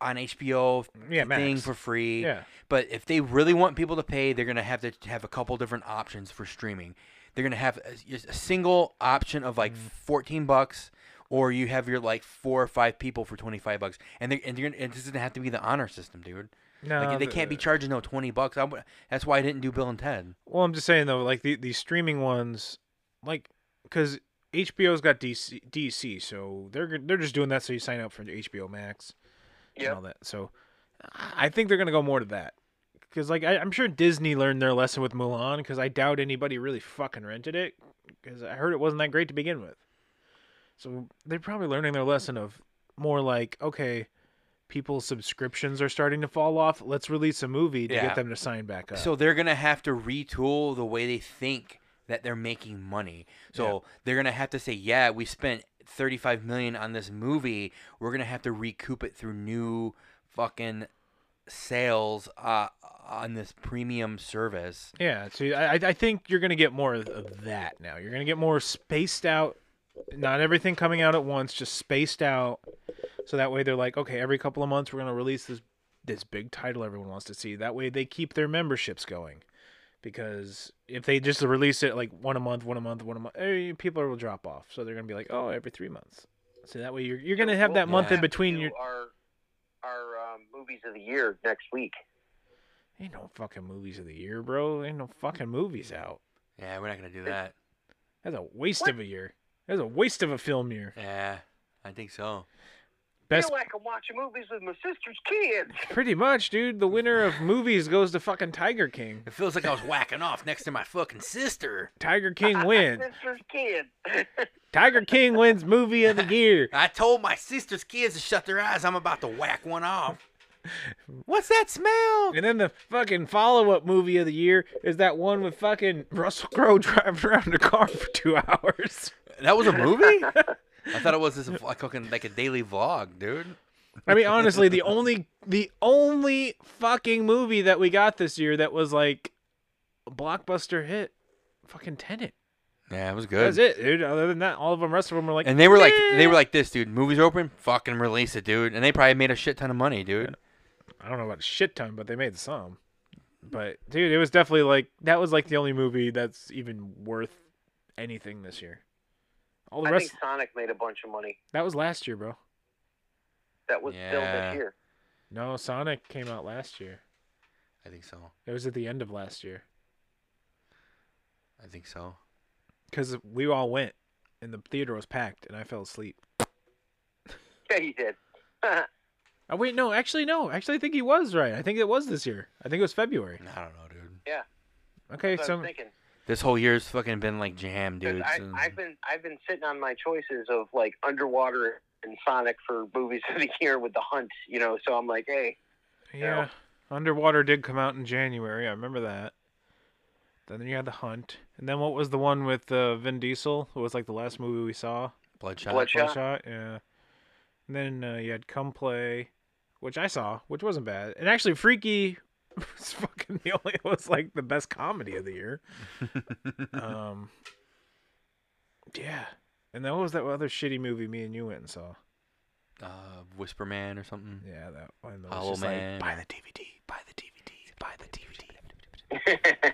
S2: on HBO
S4: Yeah,
S2: thing
S4: Max.
S2: for free.
S4: Yeah.
S2: But if they really want people to pay, they're gonna have to have a couple different options for streaming. They're gonna have a, just a single option of
S4: Mm.
S2: like fourteen bucks, or you have your like four or five people for twenty five bucks, and they and, you're, and this doesn't have to be the honor system, dude.
S4: No, uh,
S2: like, they can't be
S4: the-
S2: charging no twenty bucks. I, would- that's why I didn't do Bill and Ted.
S4: Well, I'm just saying though, like the these streaming ones, like because HBO's got DC, DC, so they're g- they're just doing that so you sign up for HBO Max and
S1: Yep.
S4: all that. So I I think they're gonna go more to that because like I, I'm sure Disney learned their lesson with Mulan because I doubt anybody really fucking rented it because I heard it wasn't that great to begin with. So they're probably learning their lesson of more like okay. People's subscriptions are starting to fall off. Let's release a movie to
S2: Yeah.
S4: get them to sign back up.
S2: So they're gonna have to retool the way they think that they're making money. So they're gonna have to say, yeah, we spent 35 million on this movie. We're gonna have to recoup it through new fucking sales uh, on this premium service.
S4: Yeah, so I, I I think you're gonna get more of- of that now. You're gonna get more spaced out, not everything coming out at once, just spaced out. So that way they're like, okay, every couple of months we're gonna release this this big title everyone wants to see. That way they keep their memberships going, because if they just release it like one a month, one a month, one a month, eh, people will drop off. So they're gonna be like, oh, every three months. So that way you're you're gonna have that
S1: We'll
S4: month in
S2: have
S4: between
S1: do
S4: your
S1: our our um, movies of the year next week.
S4: ain't no fucking movies of the year, bro. Ain't no fucking movies out.
S2: Yeah, we're not gonna do that.
S4: That's a waste of a year. That's a waste of a film year.
S2: Yeah, I think so.
S4: Best,
S1: I feel like I'm watching movies with my sister's kids.
S4: pretty much, dude. The winner of movies goes to fucking Tiger King.
S2: It feels like I was whacking off next to my fucking sister.
S4: Tiger King wins.
S1: sister's kids.
S4: Tiger King wins movie of the year.
S2: I told my sister's kids to shut their eyes. I'm about to whack one off. What's that smell?
S4: And then the fucking follow-up movie of the year is that one with fucking Russell Crowe driving around a car for two hours.
S2: That was a movie? I thought it was this like fucking like a daily vlog, dude.
S4: I mean, honestly, the only the only fucking movie that we got this year that was like a blockbuster hit, fucking Tenet.
S2: Yeah, it was good.
S4: That's it, dude. Other than that, all of them, rest of them were like,
S2: And they were like
S4: "Meh."
S2: they were like this, dude. Movies open, fucking release it, dude. And they probably made a shit ton of money, dude.
S4: I don't know about a shit ton, but they made some. But dude, it was definitely like that was like the only movie that's even worth anything this year. All the
S1: I
S4: rest
S1: think Sonic made a bunch of money.
S4: that was last year, bro.
S1: That was still
S2: Yeah.
S1: this year.
S4: No, Sonic came out last year.
S2: I think so.
S4: It was at the end of last year
S2: I think so.
S4: because we all went and the theater was packed, and I fell asleep.
S1: Yeah, you did.
S4: Oh wait, no, actually no, actually I think he was right. I think it was this year. I think it was February.
S2: I don't know, dude.
S1: yeah,
S4: Okay,
S1: that's what I
S4: so
S1: was thinking.
S2: This whole year's fucking been like jam,
S1: 'Cause
S2: dude.
S1: I,
S2: so-
S1: I've been I've been sitting on my choices of like underwater and Sonic for movies of the year with the Hunt. You know, so I'm like, hey,
S4: yeah, Underwater did come out in January. I remember that. Then you had The Hunt, and then what was the one with uh, Vin Diesel? It was like the last movie we saw.
S2: Bloodshot.
S1: Bloodshot. Yeah.
S4: Bloodshot, yeah. And then uh, you had Come Play, which I saw, which wasn't bad. And actually, Freaky was fucking the only it was like the best comedy of the year. um, yeah. And then what was that other shitty movie me and you went and saw?
S2: Uh, Whisper Man or something.
S4: Yeah, that one. that was
S2: Hollow
S4: just
S2: Man.
S4: Like, buy the DVD. Buy the DVD. Buy the DVD.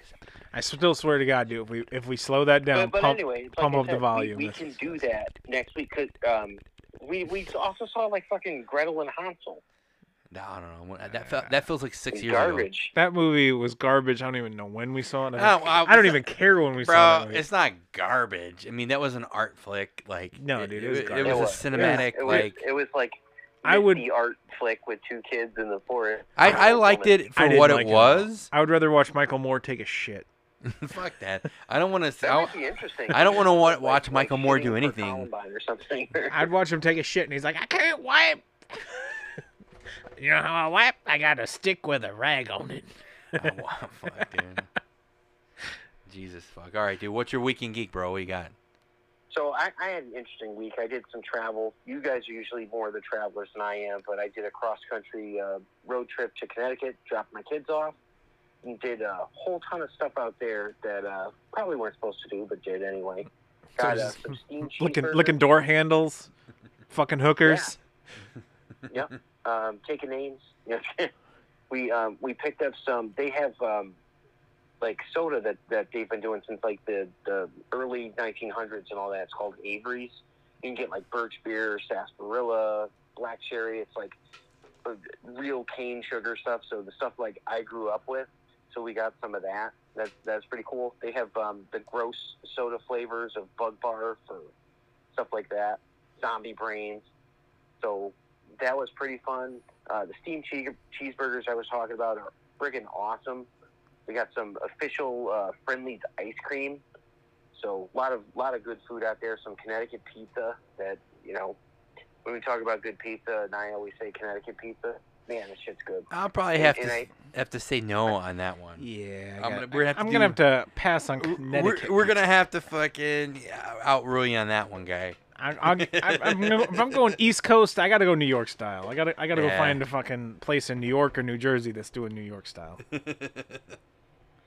S4: I still swear to God, dude, if we if we slow that down,
S1: but, but
S4: pump,
S1: anyway, like
S4: pump
S1: I
S4: up
S1: said,
S4: the
S1: we-
S4: volume.
S1: We,
S4: That's-
S1: can do that next week because um, we we also saw like fucking Gretel and Hansel.
S2: I don't know. What- That felt, that feels like six years ago.
S1: Garbage.
S4: That movie was garbage. I don't even know when we saw it. I
S2: Oh,
S4: don't,
S2: wow,
S4: I don't
S2: it's
S4: even care when we saw
S2: Bro,
S4: it.
S2: it's not garbage. I mean, that was an art flick. Like,
S4: No, dude, it was
S2: it,
S4: garbage.
S2: was
S4: It
S2: a
S4: was.
S2: cinematic.
S1: It was,
S2: like,
S1: it was like
S4: I would-
S1: the art flick with two kids in the forest.
S2: I, I liked it for what it was.
S4: I would rather watch Michael Moore take a shit.
S2: Fuck that. I don't want to.
S1: That
S2: I,
S1: might be interesting.
S2: I don't want to wa-
S1: Like-
S2: watch
S1: like
S2: Michael Moore
S1: shitting
S2: do
S1: for
S2: anything.
S1: Columbine or something.
S4: I'd watch him take a shit, and he's like, I can't wipe. you know how I wipe? I got a stick with a rag on it.
S2: I wa- fuck, dude. Jesus fuck. All right, dude. What's your weekend geek, bro? What you got?
S1: so I, I had an interesting week. I did some travel. You guys are usually more the travelers than I am, but I did a cross country uh, road trip to Connecticut. Dropped my kids off. And did a whole ton of stuff out there that uh, probably weren't supposed to do, but did anyway. Got uh,
S4: just
S1: some steamed
S4: Looking,
S1: cheeseburgers.
S4: looking door handles, fucking hookers.
S1: Yep. um, taking names. we um, we picked up some. They have um, like soda that, that they've been doing since like the, the early 1900s and all that. It's called Avery's. You can get like birch beer, sarsaparilla, black cherry. It's like uh, real cane sugar stuff. So the stuff like I grew up with. So we got some of that. That's that's pretty cool. They have um, the gross soda flavors of Bug Bar for stuff like that. Zombie Brains. So that was pretty fun. Uh, the steamed chee- cheeseburgers I was talking about are friggin' awesome. We got some official uh, Friendly's ice cream. So a lot of lot of good food out there. Some Connecticut pizza that you know. When we talk about good pizza, and I always say Connecticut pizza. Man, this shit's good.
S2: I'll probably
S1: And-
S2: have to
S1: and
S2: s- have to say no on that one.
S5: Yeah, I
S2: I'm
S5: got-
S2: gonna, we're gonna have to
S4: I'm
S2: do-
S4: gonna have to pass on
S2: we're-
S4: Connecticut.
S2: We're, gonna have to fucking outrule you on that one, guy.
S4: I'm, I'm, I'm, I'm, gonna- if I'm going East Coast, I gotta go New York style. I gotta I gotta
S2: Yeah.
S4: go find a fucking place in New York or New Jersey that's doing New York style.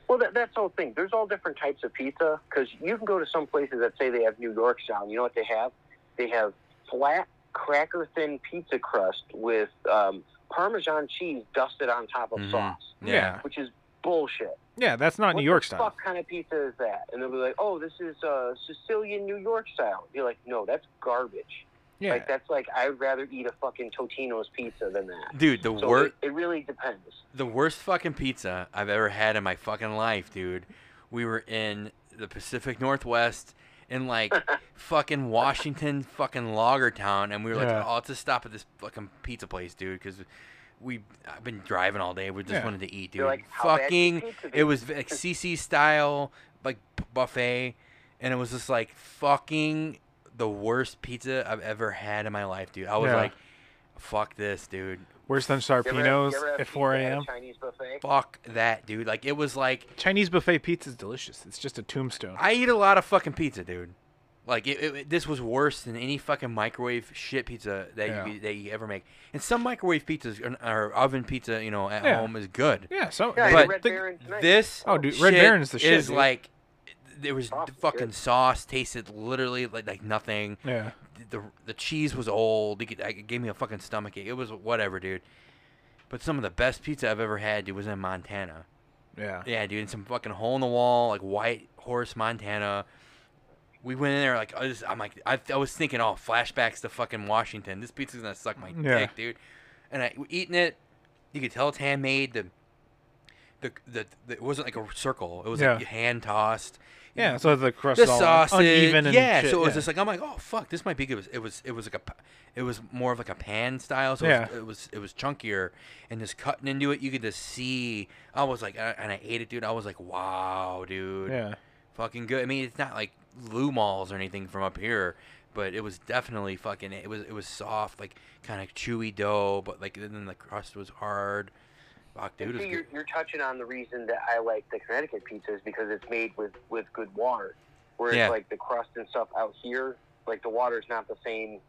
S1: Well, that, that's the whole thing. There's all different types of pizza because you can go to some places that say they have New York style. You know what they have? They have flat, cracker thin pizza crust with um, Parmesan cheese dusted on top of
S2: Mhm.
S1: sauce,
S2: Yeah.
S1: which is bullshit.
S4: Yeah, that's Mm-hmm. not
S1: what
S4: New York
S1: the
S4: style.
S1: fuck kind of pizza is that? And they'll be like, oh, this is uh, Sicilian New York style. You're like, no, that's garbage.
S4: Yeah,
S1: Like, that's like, I'd rather eat a fucking Totino's pizza than that.
S2: Dude, the
S1: So
S2: worst,
S1: it, it really depends.
S2: the worst fucking pizza I've ever had in my fucking life, dude. We were in the Pacific Northwest in like fucking Washington fucking Lager Town, and we were like,
S4: Yeah.
S2: "Oh, let's just stop at this fucking pizza place, dude," because we I've been driving all day. We just
S4: Yeah.
S2: wanted to eat, dude.
S1: You're like, "How bad can
S2: fucking,
S1: pizza be?"
S2: it was like CC style like b- buffet, and it was just like fucking the worst pizza I've ever had in my life, dude. I was
S4: Yeah.
S2: like, "Fuck this, dude."
S4: worse than
S1: You ever have-
S4: Sarpinos
S1: you ever have
S4: at 4
S1: pizza at a
S4: a.m.
S1: Chinese buffet.
S2: Fuck that, dude. Like it was like
S4: Chinese buffet pizza is delicious. It's just a tombstone.
S2: I eat a lot of fucking pizza, dude. Like it, it, this was worse than any fucking microwave shit pizza that
S4: Yeah.
S2: you that you ever make. And some microwave pizzas or, or oven pizza, you know, at
S4: Yeah.
S2: home is good.
S4: yeah, so
S1: Yeah, I
S4: they-
S1: had
S2: But-
S1: Red
S4: they-
S1: Baron tonight.
S2: This
S4: Oh, dude, Red Baron's the shit,
S2: Is
S4: dude.
S2: like there was
S1: Sauce is
S2: fucking
S1: good.
S2: sauce tasted literally like like nothing.
S4: yeah.
S2: The the cheese was old. It, could- it gave me a fucking stomach ache. It was whatever, dude. But some of the best pizza I've ever had, dude, was in Montana.
S4: yeah,
S2: Yeah, dude, in some fucking hole in the wall, like White Horse, Montana. We went in there like I was, I'm like I, I was thinking, oh, flashbacks to fucking Washington. This pizza's gonna suck my
S4: Yeah.
S2: dick, dude. And I eating it, you could tell it's handmade. The the, the, the it wasn't like a circle. It was like
S4: Yeah.
S2: hand tossed.
S4: yeah. So the crust
S2: The
S4: is all
S2: sausage,
S4: uneven and
S2: yeah.
S4: shit,
S2: so it was
S4: yeah.
S2: just like I'm like, oh fuck, this might be good. It was it was, it was like a, p- it was more of like a pan style. So it,
S4: Yeah.
S2: was, it was it was chunkier, and just cutting into it, you could just see. I was like, I- and I ate it, dude. I was like, wow, dude,
S4: yeah.
S2: fucking good. I mean, it's not like Lou malls or anything from up here, but it was definitely fucking. It was it was soft, like kind of chewy dough, but like then the crust was hard. Fuck, dude,
S1: And
S2: it was
S1: see, you're,
S2: good.
S1: you're touching on the reason that I like the Connecticut pizza is because it's made with, with good water. Whereas,
S2: Yeah.
S1: like, the crust and stuff out here, like, the water's not the same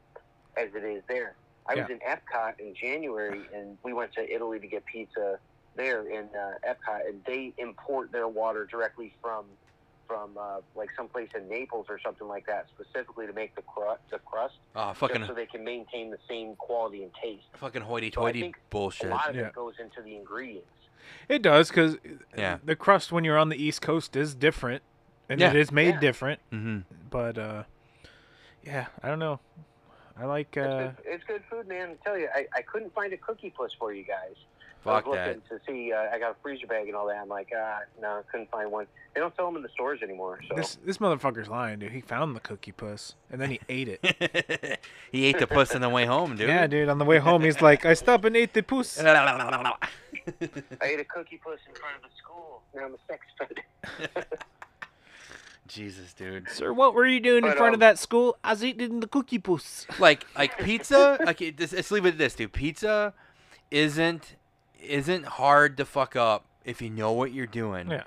S1: as it is there. I was in Epcot in January, and we went to Italy to get pizza there in uh, Epcot, and they import their water directly from, from uh, like, someplace in Naples or something like that, specifically to make the, cru- the crust,
S2: Oh,
S1: just
S2: fucking
S1: so they can maintain the same quality and taste.
S2: fucking hoity-toity
S1: think A
S2: bullshit.
S1: lot of
S4: Yeah.
S1: it goes into the ingredients.
S4: It does because
S2: Yeah.
S4: the crust when you're on the East Coast is different, and
S2: Yeah.
S4: it is made
S1: Yeah.
S4: different.
S2: hmm
S4: But uh, yeah, I don't know. I like uh,
S1: It's good, it's good food, man. I tell you, I, I couldn't find a cookie puss for you guys.
S2: Fuck
S1: I was
S2: that.
S1: looking to see. Uh, I got a freezer bag and all that. I'm like, ah, no, I couldn't find one. They don't sell them in the stores anymore. So
S4: this. This motherfucker's lying, dude. He found the cookie puss and then he ate it.
S2: he ate the puss on the way home, dude.
S4: yeah, dude. On the way home, he's like, "I stopped and ate the puss."
S1: I ate a cookie puss in front of the school. Now I'm a sex offender.
S2: Jesus, dude.
S4: Sir, what were you doing in
S1: But,
S4: front
S1: um,
S4: of that school? I was eating the cookie puss.
S2: Like, like pizza. Like, it, just, let's leave it at this, dude. Pizza isn't isn't hard to fuck up if you know what you're doing.
S4: Yeah.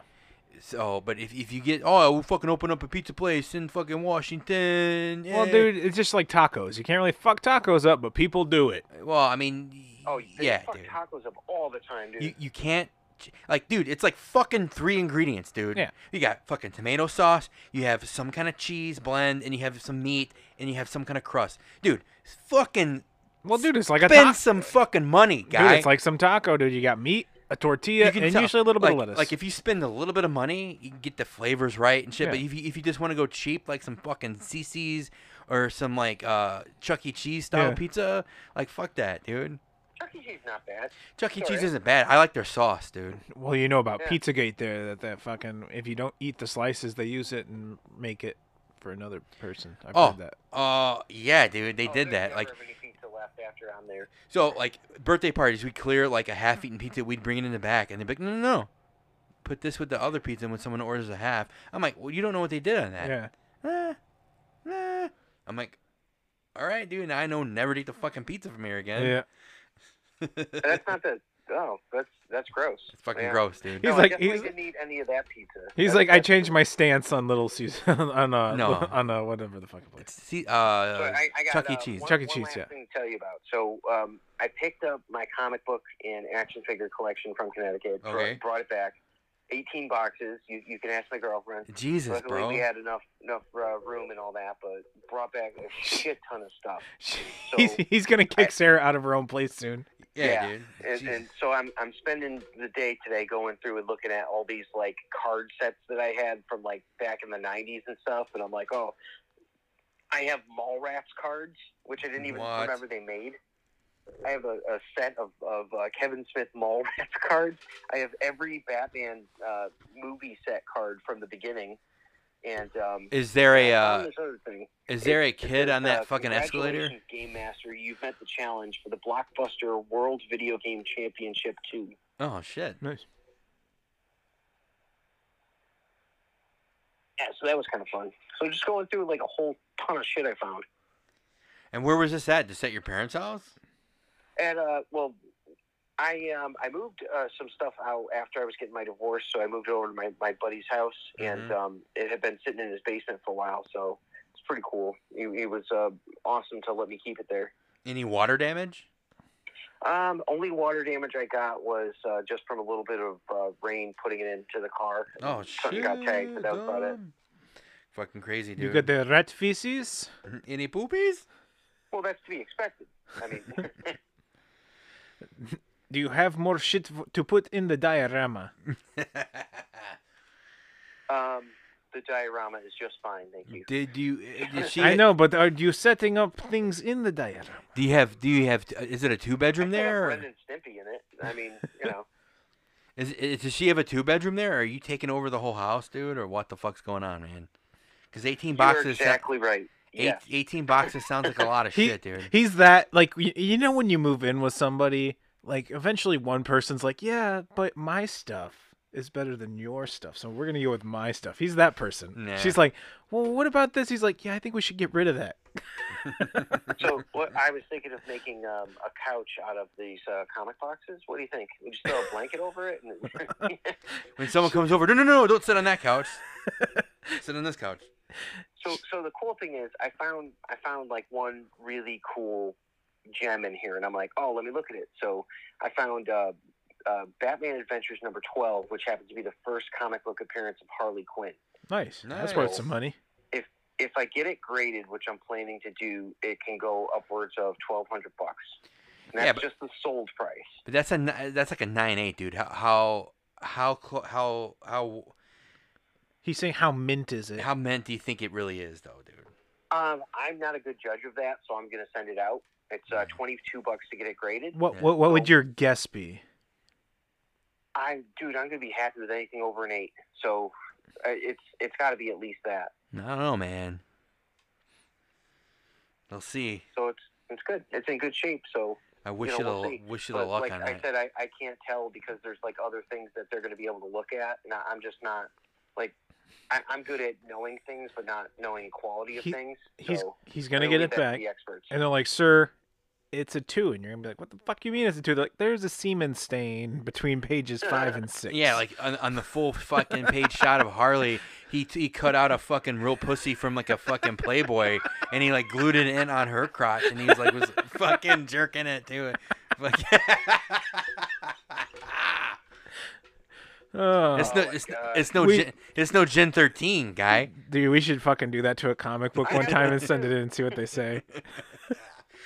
S2: So, but if, if you get oh, we'll fucking open up a pizza place in fucking Washington.
S4: Well,
S2: eh."
S4: dude, it's just like tacos. You can't really fuck tacos up, but people do it.
S2: Well, I mean,
S1: Oh,
S2: oh
S1: they
S2: yeah,
S1: fuck
S2: dude.
S1: tacos up all the time, dude.
S2: You, you can't ch- like dude it's like fucking three ingredients dude
S4: Yeah.
S2: you got fucking tomato sauce you have some kind of cheese blend and you have some meat and you have some kind of crust dude fucking
S4: Well, dude, it's like a
S2: Spend
S4: taco.
S2: some fucking money, guy.
S4: Dude, it's like some taco, dude. You got meat, a tortilla, and
S2: tell-
S4: usually a little bit of
S2: like-
S4: lettuce.
S2: Like if you spend a little bit of money, you can get the flavors right and shit. But
S4: Yeah.
S2: if you if you just want to go cheap, like some fucking CC's or some like uh, Chuck E. Cheese style
S4: Yeah.
S2: pizza, like fuck that, dude.
S1: Chuck E. Cheese is not bad.
S2: Chuck E.
S1: It's
S2: Cheese
S1: alright.
S2: isn't bad. I like their sauce, dude.
S4: well, you know about
S1: Yeah.
S4: Pizzagate there that that fucking if you don't eat the slices, they use it and make it for another person. I've
S2: Oh,
S4: heard that.
S2: uh, yeah, dude, they
S1: Oh,
S2: did
S1: there's
S2: that.
S1: never
S2: Like,
S1: any pizza left after I'm there.
S2: so like birthday parties, we clear like a half-eaten pizza, we'd bring it in the back, and they'd be like, no, no, no, put this with the other pizza. And when someone orders a half, I'm like, well, you don't know what they did on that.
S4: Yeah.
S2: "Eh, eh." I'm like, all right, dude. Now I know never to eat the fucking pizza from here again.
S4: Yeah.
S1: But that's not the. Oh, that's that's gross.
S2: It's fucking
S1: Yeah.
S2: gross, dude.
S4: He's
S1: No,
S4: like-
S1: I definitely
S4: he's-
S1: didn't eat any of that pizza.
S4: He's
S1: That's-
S4: like, I
S1: that's-
S4: changed my stance on Little Caesar on uh
S2: No.
S4: on uh whatever the fucking place.
S2: It's see, uh,
S1: So I, I got,
S2: Chuck E.
S1: uh,
S2: Cheese.
S1: One,
S4: Chuck E.
S1: one
S4: Cheese,
S1: last
S4: yeah.
S1: Thing to tell you about. So um, I picked up my comic book and action figure collection from Connecticut. brought-
S2: Okay.
S1: Brought, it back. 18 boxes. You, you can ask my girlfriend.
S2: Jesus,
S1: Luckily,
S2: bro.
S1: we had enough enough uh, room and all that, but brought back a shit ton of stuff.
S4: he's, he's gonna kick Sarah out of her own place soon.
S2: yeah,
S1: yeah,
S2: dude.
S1: And,
S2: Jesus.
S1: and so I'm I'm spending the day today going through and looking at all these like card sets that I had from like back in the '90s and stuff, and I'm like, oh, I have Mallrats cards, which I didn't even
S2: What?
S1: remember they made. I have a, a set of of uh, Kevin Smith Mallrats cards. I have every Batman uh, movie set card from the beginning, and um,
S2: Is there
S1: I
S2: a
S1: found
S2: uh,
S1: this other thing.
S2: is there
S1: It-
S2: a
S1: it says,
S2: kid on that
S1: uh,
S2: fucking escalator?
S1: "Congratulations, Game Master, you've met the challenge for the Blockbuster World Video Game Championship 2.
S2: Oh shit.
S4: Nice.
S1: Yeah, so that was kind of fun. So just going through like a whole ton of shit I found.
S2: And where was this at? Just at your parents' house?
S1: And uh, well, I um, I moved uh, some stuff out after I was getting my divorce, so I moved it over to my, my buddy's house, and
S2: Mhm.
S1: um, it had been sitting in his basement for a while, so it's pretty cool. It, it was uh, awesome to let me keep it there.
S2: Any water damage?
S1: Um, only water damage I got was uh, just from a little bit of uh, rain putting it into the car.
S2: Oh
S1: Something
S2: shit.
S1: got tagged, but that was about it.
S2: dog. Fucking crazy,
S4: You
S2: dude.
S4: got the rat feces.
S2: Any poopies?
S1: Well, that's to be expected. I mean,
S4: Do you have more shit f- to put in the diorama?
S1: um, the diorama is just fine, thank you.
S2: Did you? Did she?
S4: I know, but are you setting up things in the diorama?
S2: Do you have? Do you have? Is it a two bedroom
S1: It had
S2: there? or-
S1: Brendan Stimpy in it. I mean, you know,
S2: Is, is does she have a two bedroom there? Or are you taking over the whole house, dude, or what the fuck's going on, man? Because eighteen
S1: you're
S2: boxes, sou-
S1: exactly right.
S2: eight,
S1: Yeah.
S2: 18 boxes sounds like a lot of
S4: He-
S2: shit, dude.
S4: He's that like you, you know when you move in with somebody, like eventually one person's like, yeah, but my stuff is better than your stuff, so we're gonna go with my stuff. He's that person.
S2: Nah.
S4: She's like, well, what about this? He's like, yeah, I think we should get rid of that.
S1: So what I was thinking of making um, a couch out of these uh, comic boxes. What do you think? We just throw a blanket over it. And
S2: When someone comes over, no, no, no, don't sit on that couch. sit on this couch.
S1: so, so the cool thing is, I found I found like one really cool gem in here, and I'm like, oh, let me look at it. So I found uh, uh, Batman Adventures number twelve, which happens to be the first comic book appearance of Harley Quinn.
S4: Nice. That's worth
S2: Nice.
S4: some money.
S1: If I get it graded, which I'm planning to do, it can go upwards of twelve hundred bucks. And that's
S2: Yeah, but-
S1: just the sold price.
S2: But that's a ni- that's like a nine eight, dude. How how how clo- how how
S4: He's saying, how mint is it?
S2: how meant do you think it really is, though, dude?
S1: Um, I'm not a good judge of that, so I'm going to send it out. It's uh, 22 bucks to get it graded.
S4: what,
S2: Yeah.
S4: what what would your guess be?
S1: I, dude, I'm going to be happy with anything over an eight. So uh, it's it's got to be at least that.
S2: I don't know, man. We'll see.
S1: So it's it's good. It's in good shape. So
S2: I wish
S1: you
S2: you,
S1: know,
S2: the
S1: we'll see.
S2: wish you the
S1: but
S2: luck
S1: like
S2: on
S1: I
S2: that.
S1: said, I, I can't tell because there's like other things that they're going to be able to look at, and I, I'm just not like I, I'm good at knowing things, but not knowing quality of
S4: He-
S1: things.
S4: He's
S1: so
S4: he's
S1: I'm
S4: gonna
S1: gonna
S4: get
S1: leave
S4: it
S1: that to
S4: back,
S1: The experts.
S4: and they're like, sir. It's a two, and you're gonna be like, "What the fuck you mean it's a two? They're like, "There's a semen stain between pages five and six.
S2: Yeah, like on, on the full fucking page shot of Harley, he he cut out a fucking real pussy from like a fucking Playboy, and he like glued it in on her crotch, and he was like was fucking jerking it too. Like,
S4: Ugh.
S2: it's no
S1: Oh my
S2: it's,
S1: God.
S2: it's no
S4: We-
S2: gen, it's no Gen thirteen guy.
S4: Dude, we should fucking do that to a comic book one time and send it in and see what they say.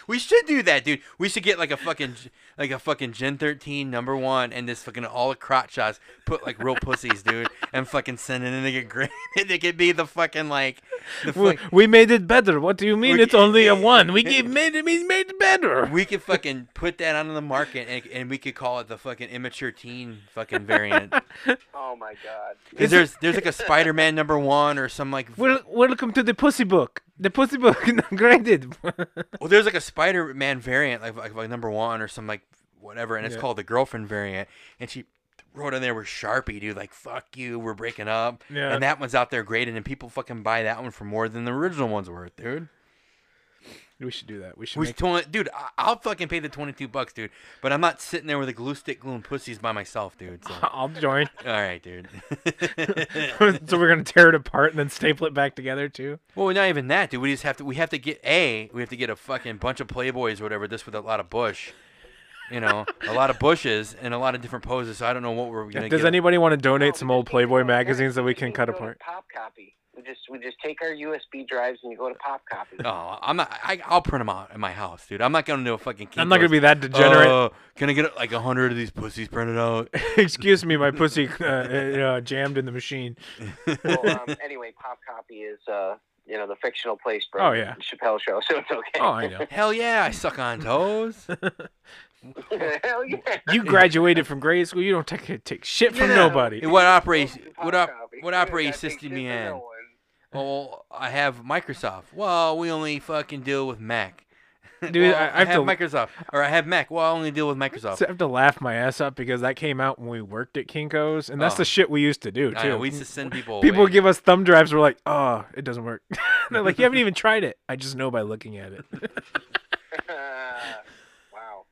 S2: We should do that, dude. We should get like a fucking like a fucking Gen 13 number one and this fucking all the crotch shots. Put like real pussies, dude, and fucking send it in a granted. It could be the fucking like the
S4: We,
S2: fuck,
S4: we made it better. What do you mean?
S2: We-
S4: It's only a one. We gave, made it. We made it better.
S2: we could fucking put that on the market and, and we could call it the fucking immature teen fucking variant.
S1: Oh my god.
S2: 'Cause there's there's like a Spider-Man number one or some like
S4: Well, welcome to the pussy book. The pussy book graded.
S2: Well, there's like a Spider-Man variant, like, like like number one or some like whatever, and it's
S4: Yeah.
S2: called the girlfriend variant. And she wrote on there with Sharpie, dude, like "fuck you, we're breaking up."
S4: Yeah.
S2: And that one's out there graded, and people fucking buy that one for more than the original one's worth, dude.
S4: we should do that. We should.
S2: We
S4: make,
S2: twen- dude, I- I'll fucking pay the twenty-two bucks, dude. But I'm not sitting there with a glue stick gluing pussies by myself, dude. So, all
S4: I'll join.
S2: right, dude.
S4: so we're gonna tear it apart and then staple it back together too.
S2: well, not even that, dude. We just have to. We have to get a. We have to get a fucking bunch of playboys or whatever. This with a lot of bush. You know, a lot of bushes and a lot of different poses. So I don't know what we're gonna.
S4: Does
S2: get.
S4: anybody want to donate
S1: No,
S4: some
S1: we
S4: old
S1: just
S4: Playboy
S1: go to-
S4: magazines that we can
S1: just
S4: cut
S1: go to
S4: apart?
S1: Pop copy. We just we just take our USB drives and you go to pop copy.
S2: Oh, I'm not. I, I'll print them out in my house, dude. I'm not gonna do a fucking.
S4: I'm not gonna
S2: Kinko's.
S4: be that degenerate.
S2: "Uh, can I get like a hundred of these pussies printed out?
S4: Excuse me, my pussy uh, uh, jammed in the machine.
S1: well, um, anyway, pop copy is uh, you know the fictional place from
S4: Oh, yeah.
S1: Chappelle show, so it's okay.
S4: Oh, I know.
S2: Hell yeah, I suck on toes.
S1: Hell yeah.
S4: You graduated from grade school. You don't take take shit from
S2: Yeah.
S4: nobody.
S2: what operation?
S1: Pop
S2: What op?
S1: copy.
S2: What
S1: You
S2: operating
S1: gotta take
S2: system
S1: shit
S2: you
S1: from
S2: in?
S1: no one.
S2: Oh, I have Microsoft. Well, we only fucking deal with Mac.
S4: Dude,
S2: Well,
S4: I- I have
S2: have
S4: to-
S2: Microsoft, or I have Mac. Well, I only deal with Microsoft.
S4: So I have to laugh my ass up because that came out when we worked at Kinko's, and that's
S2: Oh.
S4: the shit we used to do too.
S2: I know, we used to send people.
S4: People
S2: away.
S4: give us thumb drives. We're like, oh, it doesn't work. They're like, you haven't even tried it. I just know by looking at it.
S1: wow.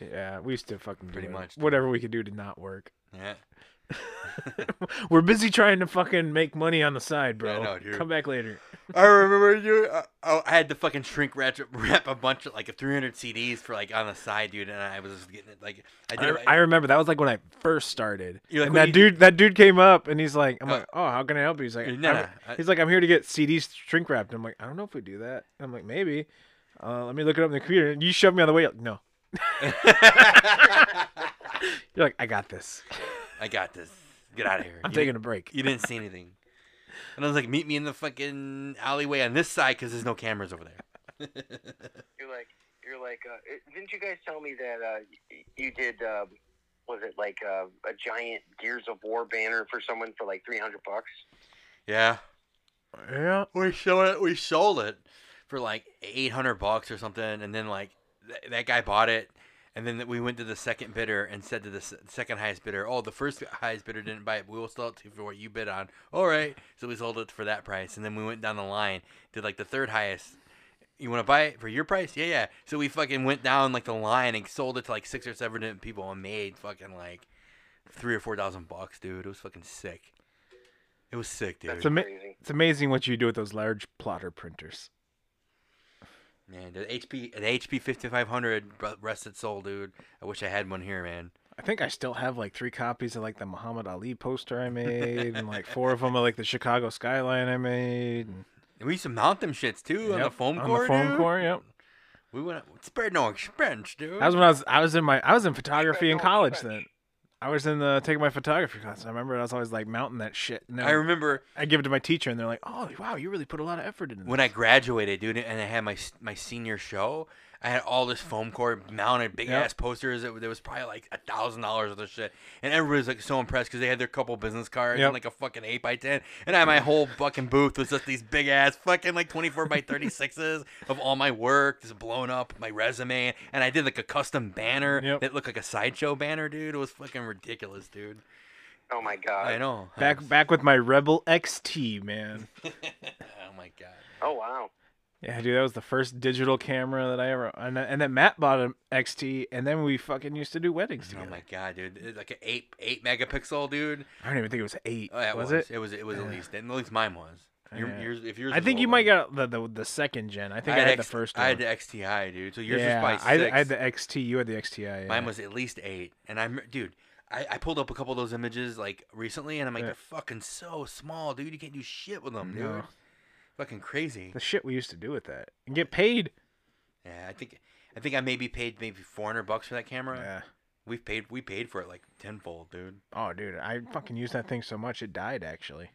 S4: yeah, we used to fucking do
S2: Pretty
S4: it.
S2: much, dude.
S4: whatever we could do to not work.
S2: Yeah.
S4: We're busy trying to fucking make money on the side, bro.
S2: I know, dude.
S4: Come back later.
S2: I remember you. I, I I had to fucking shrink wrap, wrap a bunch of like 300 CDs for like on the side, dude. And I was just getting it like I
S4: I,
S2: did.
S4: I remember that was like when I first started.
S2: You're like,
S4: and
S2: "What
S4: that
S2: do you-"
S4: dude, that dude came up and he's like, I'm
S2: Uh,
S4: like, oh, how can I help you? He's like,
S2: Uh,
S4: "I'm-
S2: no, no, I-
S4: he's like, I'm here to get CDs shrink wrapped. I'm like, I don't know if we do that. I'm like, maybe. Uh, let me look it up on the computer. And you shoved me on the way. Like, no. You're like, I got this.
S2: I got this. Get out of here.
S4: I'm
S2: You
S4: taking
S2: didn't-
S4: a break.
S2: You didn't see anything. And I was like, meet me in the fucking alleyway on this side because there's no cameras over there.
S1: You're like, you're like, uh, it- didn't you guys tell me that uh, y- you did, uh, was it like uh, a giant Gears of War banner for someone for like 300 bucks?
S2: Yeah.
S4: Yeah.
S2: We sold it. We sold it for like 800 bucks or something, and then like th- that guy bought it, and then we went to the second bidder and said to the s- second highest bidder, "Oh, the first highest bidder didn't buy it. but We will sell it to you for what you bid on." All right, so we sold it for that price, and then we went down the line to like the third highest. You want to buy it for your price? Yeah, yeah. So we fucking went down like the line and sold it to like six or seven different people and made fucking like three or four thousand bucks, dude. It was fucking sick. It was sick, dude.
S1: That's
S4: It's, ama-
S1: Crazy.
S4: it's amazing what you do with those large plotter printers.
S2: Man, the HP an HP 5500 br- rest its soul, dude. I wish I had one here, man.
S4: I think I still have like three copies of like the Muhammad Ali poster I made, and like four of them are like the Chicago skyline I made. And,
S2: And we used to mount them shits too on the
S4: Yep,
S2: foam
S4: on
S2: core.
S4: the foam
S2: dude.
S4: core, yep.
S2: We went spared no expense, dude.
S4: That was when I was I was in my I was in photography in college then. I was in the taking my photography class. I remember I was always like mounting that shit. And then
S2: I remember
S4: I give it to my teacher, and they're like, "Oh, wow, you really put a lot of effort into this."
S2: when I graduated, dude, and I had my s- my senior show. I had all this foam core mounted big
S4: Yep.
S2: ass posters. It, there was probably like a thousand dollars of this shit, and everybody was like so impressed because they had their couple business cards
S4: Yep.
S2: and like a fucking eight by ten, and I my whole fucking booth was just these big ass fucking like twenty four by thirty sixes of all my work, just blown up my resume, and I did like a custom banner
S4: Yep.
S2: that looked like a sideshow banner, dude. It was fucking ridiculous, dude.
S1: Oh my God.
S2: I know.
S4: Uh, back back with my Rebel XT, man.
S2: oh my god.
S1: Oh, wow.
S4: Yeah, dude, that was the first digital camera that I ever. And, and then Matt bought an XT, and then we fucking used to do weddings
S2: Oh
S4: together.
S2: my god, dude! It's like an eight eight megapixel, dude.
S4: I don't even think it was eight.
S2: Oh, yeah, it
S4: was,
S2: was,
S4: it?
S2: it? was. It was at least. At least mine was. Your,
S4: Yeah.
S2: yours, if yours
S4: I
S2: was
S4: think you
S2: older.
S4: might got the, the the second gen. I think I, had, the first one.
S2: I had the XTI, dude. So yours
S4: yeah,
S2: was
S4: I,
S2: probably six.
S4: I had the XT. You had the XTI. Yeah.
S2: Mine was at least eight. And I'm, dude, I, I pulled up a couple of those images like recently, and I'm like,
S4: Yeah.
S2: they're fucking so small, dude. You can't do shit with them, dude.
S4: No.
S2: Fucking crazy.
S4: the shit we used to do with that and get paid.
S2: Yeah, I think I think I maybe paid maybe four hundred bucks for that camera.
S4: Yeah.
S2: We've paid we paid for it like tenfold, dude.
S4: Oh, dude, I fucking used that thing so much it died. Actually,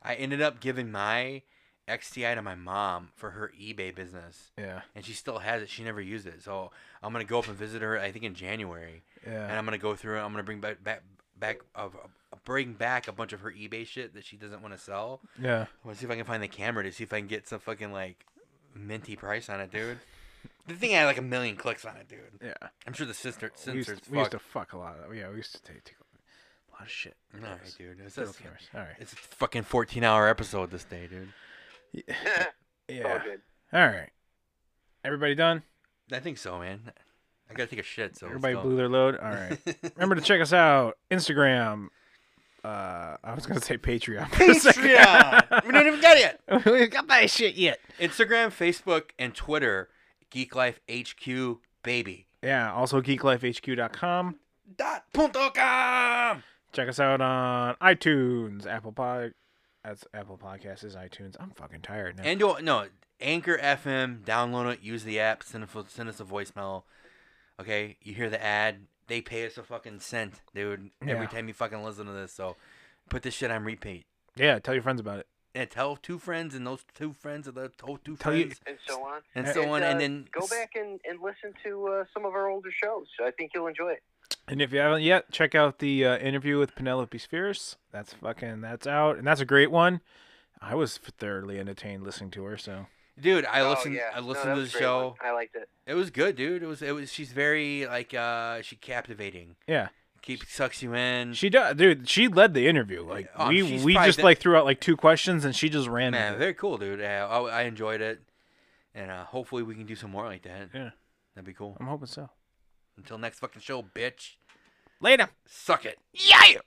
S2: I ended up giving my XTI to my mom for her eBay business,
S4: yeah,
S2: and she still has it. She never used it, so I'm gonna go up and visit her. I think in January, and
S4: yeah.
S2: I'm gonna go through. it. I'm gonna bring back back back of bring back a bunch of her eBay shit that she doesn't want to sell.
S4: Yeah.
S2: I want to see if I can find the camera to see if I can get some fucking like minty price on it, dude. The thing had like a million clicks on it, dude.
S4: Yeah.
S2: I'm sure the sister
S4: We used,
S2: censored.
S4: we used to fuck a lot. Of, yeah, we used to take, take a lot of shit.
S2: All right, dude. It's,
S4: Little
S2: it's-
S4: cameras. All right.
S2: it's a fucking 14 hour episode this day, dude.
S1: All
S4: Yeah.
S1: good.
S4: All right. Everybody done?
S2: I think so, man. I gotta take a shit. So let's
S4: Everybody
S2: go.
S4: blew their load. All right. Remember to check us out Instagram. Uh, I was gonna say Patreon. for a second.
S2: Patreon. we didn't even get it.
S4: we ain't got that shit yet.
S2: Instagram, Facebook, and Twitter. Geek Life HQ, baby.
S4: Yeah. Also, geeklifehq.com.
S2: Dot punto com.
S4: Check us out on iTunes, Apple Pod. That's Apple Podcasts is iTunes. I'm fucking tired now.
S2: And you'll no Anchor FM. Download it. Use the app. Send a, send us a voicemail. Okay, you hear the ad. They pay us a fucking cent, dude. Every
S4: Yeah.
S2: time you fucking listen to this, so put this shit on repeat.
S4: yeah, tell your friends about it.
S2: And tell two friends, and those two friends, and those to- two
S4: Tell
S2: friends,
S4: you-
S1: And so on.
S2: and so on,
S1: uh,
S2: and then
S1: go back and, and listen to uh, some of our older shows. I think you'll enjoy it.
S4: And if you haven't yet, check out the uh, interview with Penelope Spheres. That's fucking that's out, and that's a great one. I was thoroughly entertained listening to her. So
S2: dude. I
S1: Oh,
S2: listened.
S1: yeah.
S2: I
S1: No,
S2: listened
S1: that
S2: to the
S1: was a great one.
S2: show.
S1: I liked it.
S2: It was good, dude. It was. It was. She's very like. uh She captivating.
S4: yeah,
S2: Keep sucks you in.
S4: she does, dude. She led the interview. Like
S2: Um,
S4: we
S2: Mm. she's
S4: we
S2: probably
S4: just
S2: the-
S4: like threw out like two questions, and she just ran.
S2: man,
S4: with it.
S2: very cool, dude. Yeah, I, I enjoyed it, and uh hopefully we can do some more like that.
S4: Yeah.
S2: that'd be cool.
S4: I'm hoping so.
S2: Until next fucking show, bitch.
S4: Later.
S2: Suck it.
S4: Yeah.